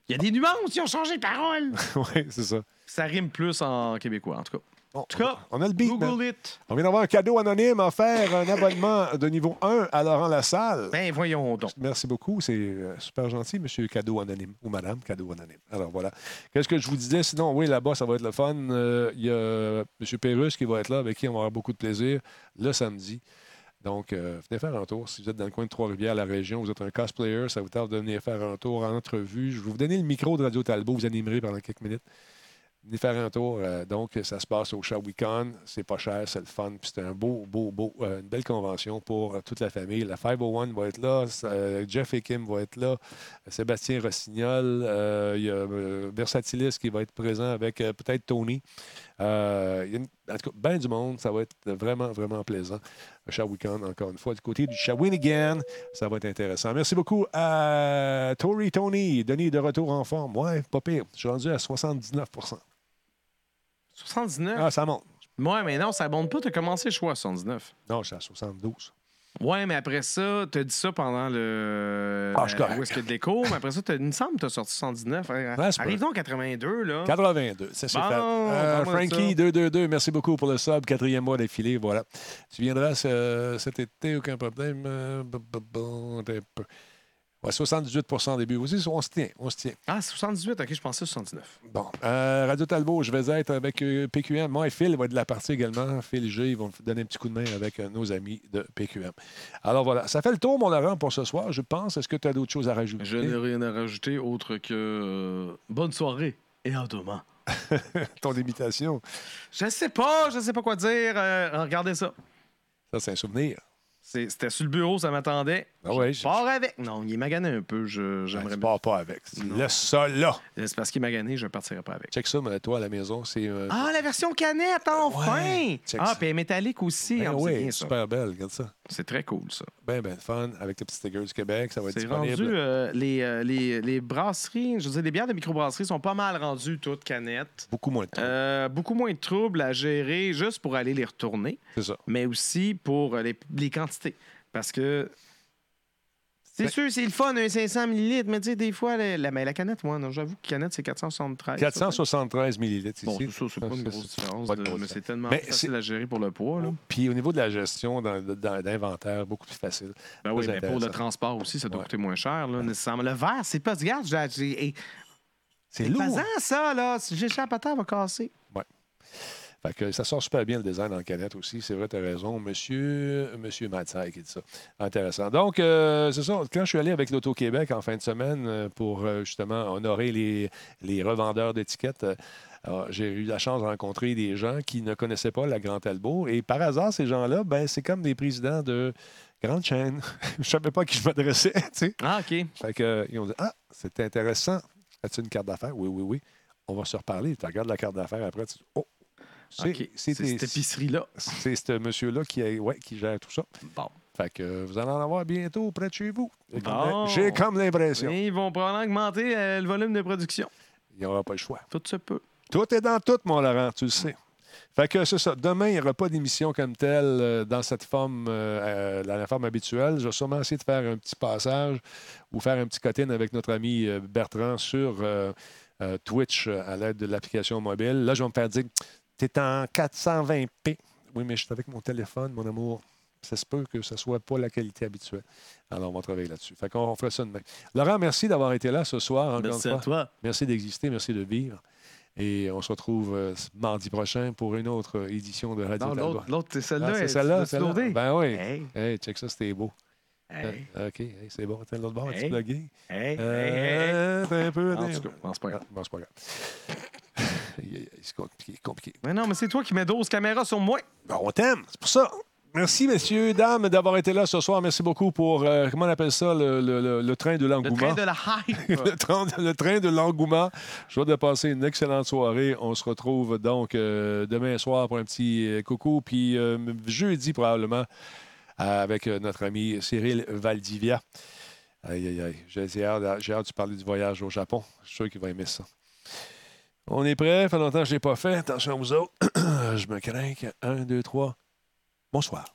Speaker 3: Il y a des nuances, ils ont changé de parole.
Speaker 1: ouais, c'est ça.
Speaker 3: Ça rime plus en québécois, en tout cas.
Speaker 1: Bon,
Speaker 3: tout cas,
Speaker 1: on a le beat. man.
Speaker 3: Google it.
Speaker 1: On vient d'avoir un cadeau anonyme offert, un abonnement de niveau 1 à Laurent Lassalle.
Speaker 3: Ben voyons donc.
Speaker 1: Merci beaucoup. C'est euh, super gentil, monsieur Cadeau Anonyme ou madame Cadeau Anonyme. Alors voilà. Qu'est-ce que je vous disais? Sinon, oui, là-bas, ça va être le fun. Euh, Il y a monsieur Pérus qui va être là, avec qui on va avoir beaucoup de plaisir le samedi. Donc, euh, venez faire un tour. Si vous êtes dans le coin de Trois-Rivières, la région, vous êtes un cosplayer, ça vous tarde de venir faire un tour en entrevue. Je vais vous donner le micro de Radio Talbot, vous animerez pendant quelques minutes. Venez faire un tour. Euh, donc, ça se passe au Shawicon. C'est pas cher, c'est le fun. Puis c'est un beau, beau, beau, euh, une belle convention pour euh, toute la famille. La 501 va être là. ça- euh, Jeff et Kim va être là. Sébastien Rossignol. euh, Il y a euh, Versatilis qui va être présent avec euh, peut-être Tony. Euh, il y a une- en tout cas, ben du monde. Ça va être vraiment, vraiment plaisant. Shawicon, encore une fois, du côté du Shawinigan. Ça va être intéressant. Merci beaucoup à Tori Tony. Denis est de retour en forme. Ouais, pas pire. Je suis rendu à 79
Speaker 3: 79.
Speaker 1: ah, ça monte.
Speaker 3: Ouais, mais non, ça monte pas. T'as commencé choix à 79.
Speaker 1: Non, je suis à 72.
Speaker 3: Ouais, mais après ça, t'as dit ça pendant le. euh,
Speaker 1: Ah, je suis correct.
Speaker 3: Où est-ce qu'il y a de l'écho? Mais après ça, t'as- il me semble que t'as sorti 119. Hein.
Speaker 1: Ouais, c'est
Speaker 3: Arrive donc 82, là.
Speaker 1: 82. Ça, c'est
Speaker 3: Hein? Bon,
Speaker 1: fait. Euh,
Speaker 3: parle-moi de
Speaker 1: Frankie,
Speaker 3: ça.
Speaker 1: 222, merci beaucoup pour le sub. Quatrième mois d'affilée, voilà. Tu viendras ce- cet été, aucun problème. Euh, bu- bu- bu- t'es un peu. Ouais, 78 au début. Vous savez, on se tient, on se tient.
Speaker 3: Ah, 78, ok, je pensais 79.
Speaker 1: Bon. Euh, Radio Talbot, je vais être avec euh, PQM. Moi et Phil va être de la partie également. Phil et G, ils vont donner un petit coup de main avec euh, nos amis de PQM. Alors voilà, ça fait le tour, mon Laurent, pour ce soir, je pense. Est-ce que tu as d'autres choses à rajouter?
Speaker 3: Je n'ai rien à rajouter autre que euh, bonne soirée et à demain.
Speaker 1: Ton imitation,
Speaker 3: Je sais pas, je sais pas quoi dire. euh, regardez ça.
Speaker 1: ça, c'est un souvenir.
Speaker 3: C'est- C'était sur le bureau, ça m'attendait.
Speaker 1: Ah oui, je
Speaker 3: Pars avec. Non, il est magané un peu. je-
Speaker 1: ne
Speaker 3: J'aimerais bien.
Speaker 1: pars pas avec. Le ça là.
Speaker 3: C'est parce qu'il est magané, je ne partirai pas avec.
Speaker 1: Check ça, mais toi, à la maison, c'est. euh,
Speaker 3: Ah, la version canette, enfin!
Speaker 1: Ouais, check
Speaker 3: ah,
Speaker 1: ça.
Speaker 3: puis elle est métallique aussi.
Speaker 1: ben
Speaker 3: Ah,
Speaker 1: oui,
Speaker 3: c'est bien ça.
Speaker 1: super belle, regarde ça.
Speaker 3: C'est très cool, ça.
Speaker 1: Ben, ben, fun, avec le petit sticker du Québec, ça va être
Speaker 3: C'est
Speaker 1: disponible.
Speaker 3: rendu, euh, les, euh, les, les brasseries, je veux dire, les bières de microbrasserie sont pas mal rendues toutes canettes.
Speaker 1: Beaucoup moins de temps,
Speaker 3: Euh, beaucoup moins de troubles à gérer juste pour aller les retourner,
Speaker 1: c'est ça.
Speaker 3: mais aussi pour euh, les, les quantités. Parce que c'est
Speaker 1: Ben
Speaker 3: sûr, c'est le fun, un 500 millilitres, mais tu sais, des fois, la, ben, la, mais la canette, moi, non, j'avoue que canette, c'est 473.
Speaker 1: 473 millilitres
Speaker 3: Bon,
Speaker 1: ici.
Speaker 3: ça, c'est pas une
Speaker 1: Ça,
Speaker 3: grosse
Speaker 1: c'est-
Speaker 3: différence,
Speaker 1: pas de
Speaker 3: de-
Speaker 1: grosse Ben,
Speaker 3: mais c'est tellement
Speaker 1: Mais
Speaker 3: facile à gérer pour le poids. Là.
Speaker 1: Puis au niveau de la gestion dans- dans- d'inventaire, beaucoup plus facile.
Speaker 3: Ben oui,
Speaker 1: Très
Speaker 3: mais pour le
Speaker 1: intéressant.
Speaker 3: transport aussi, ça doit
Speaker 1: Ouais.
Speaker 3: coûter moins cher, là, nécessairement. Le verre, c'est pas... Regarde, j'ai- j'ai- hey,
Speaker 1: C'est
Speaker 3: Pas
Speaker 1: lourd.
Speaker 3: ça, là. Si j'échappe à terre, elle va casser.
Speaker 1: Fait que ça sort super bien le design en canette aussi. C'est vrai, tu as raison. Monsieur, Monsieur Matsai qui dit ça. Intéressant. Donc, euh, c'est ça. Quand je suis allé avec l'Auto-Québec en fin de semaine euh, pour euh, justement honorer les, les revendeurs d'étiquettes, euh, alors, j'ai eu la chance de rencontrer des gens qui ne connaissaient pas la Grand Albo. Et par hasard, ces gens-là, ben, c'est comme des présidents de grandes chaînes. je savais pas à qui je m'adressais. tu sais.
Speaker 3: Ah, OK.
Speaker 1: Fait que, euh, ils ont dit Ah, c'est intéressant. As-tu une carte d'affaires Oui, oui, oui. On va se reparler. Tu regardes la carte d'affaires après, tu dis Oh, c'est
Speaker 3: OK.
Speaker 1: c'est
Speaker 3: C'est
Speaker 1: tes-
Speaker 3: cette épicerie-là.
Speaker 1: c'est ce monsieur-là qui, a- ouais, qui gère tout ça.
Speaker 3: Bon.
Speaker 1: Fait que euh, vous allez en avoir bientôt près de chez vous. J'ai comme
Speaker 3: Bon.
Speaker 1: l'im- J'ai comme l'impression.
Speaker 3: Et ils vont probablement augmenter euh, le volume de production.
Speaker 1: Il n'y aura pas le choix.
Speaker 3: Tout se peut.
Speaker 1: Tout est dans tout, mon Laurent, tu le sais. Fait que c'est ça. Demain, il n'y aura pas d'émission comme telle euh, dans cette forme, euh, euh, dans la forme habituelle. Je vais sûrement essayer de faire un petit passage ou faire un petit cotine avec notre ami euh, Bertrand sur euh, euh, Twitch euh, à l'aide de l'application mobile. Là, je vais me faire dire T'es en 420p. Oui, mais je suis avec mon téléphone, mon amour. Ça se peut que ce ne soit pas la qualité habituelle. Alors, on va travailler là-dessus. Fait qu'on on fera ça demain. Laurent, merci d'avoir été là ce soir. encore une fois.
Speaker 3: toi.
Speaker 1: Merci d'exister, merci de vivre. Et on se retrouve euh, mardi prochain pour une autre euh, édition de Radio
Speaker 3: Non,
Speaker 1: Talbot.
Speaker 3: l'autre, l'autre, c'est
Speaker 1: Ah,
Speaker 3: celle-là.
Speaker 1: c'est
Speaker 3: elle,
Speaker 1: celle-là,
Speaker 3: tu l'as-tu
Speaker 1: celle-là.
Speaker 3: loadée?
Speaker 1: Ben oui.
Speaker 3: Hey,
Speaker 1: Hey, check ça, c'était beau.
Speaker 3: hey,
Speaker 1: Euh, OK, hey, c'est bon. T'as l'autre bord, tu
Speaker 3: Hey.
Speaker 1: blogué.
Speaker 3: hey, hey, hey, hey.
Speaker 1: Euh, t'as un peu.
Speaker 3: En
Speaker 1: t'as un
Speaker 3: tout
Speaker 1: peu.
Speaker 3: cas, non, c'est pas grave.
Speaker 1: Ah, bon, c'est pas grave. Il- il- il- c'est compliqué, compliqué.
Speaker 3: Mais non, mais c'est toi qui mets 12 caméras sur moi.
Speaker 1: Bon, on t'aime, c'est pour ça. Merci, messieurs, dames, d'avoir été là ce soir. Merci beaucoup pour, euh, comment on appelle ça, le, le- le- le train de
Speaker 3: Le
Speaker 1: l'engouement.
Speaker 3: train de la hype.
Speaker 1: le, train de, le train de l'engouement. Je vais de passer une excellente soirée. On se retrouve donc euh, demain soir pour un petit euh, coucou, puis euh, jeudi probablement euh, avec euh, notre ami Cyril Valdivia. Aïe, aïe, aïe. J'ai j'ai hâte, j'ai hâte de parler du voyage au Japon. Je suis sûr qu'il va aimer ça. On est prêt. Ça fait longtemps que je ne l'ai pas fait. Attention, vous autres. je me crains. que- Un, deux, trois. Bonsoir.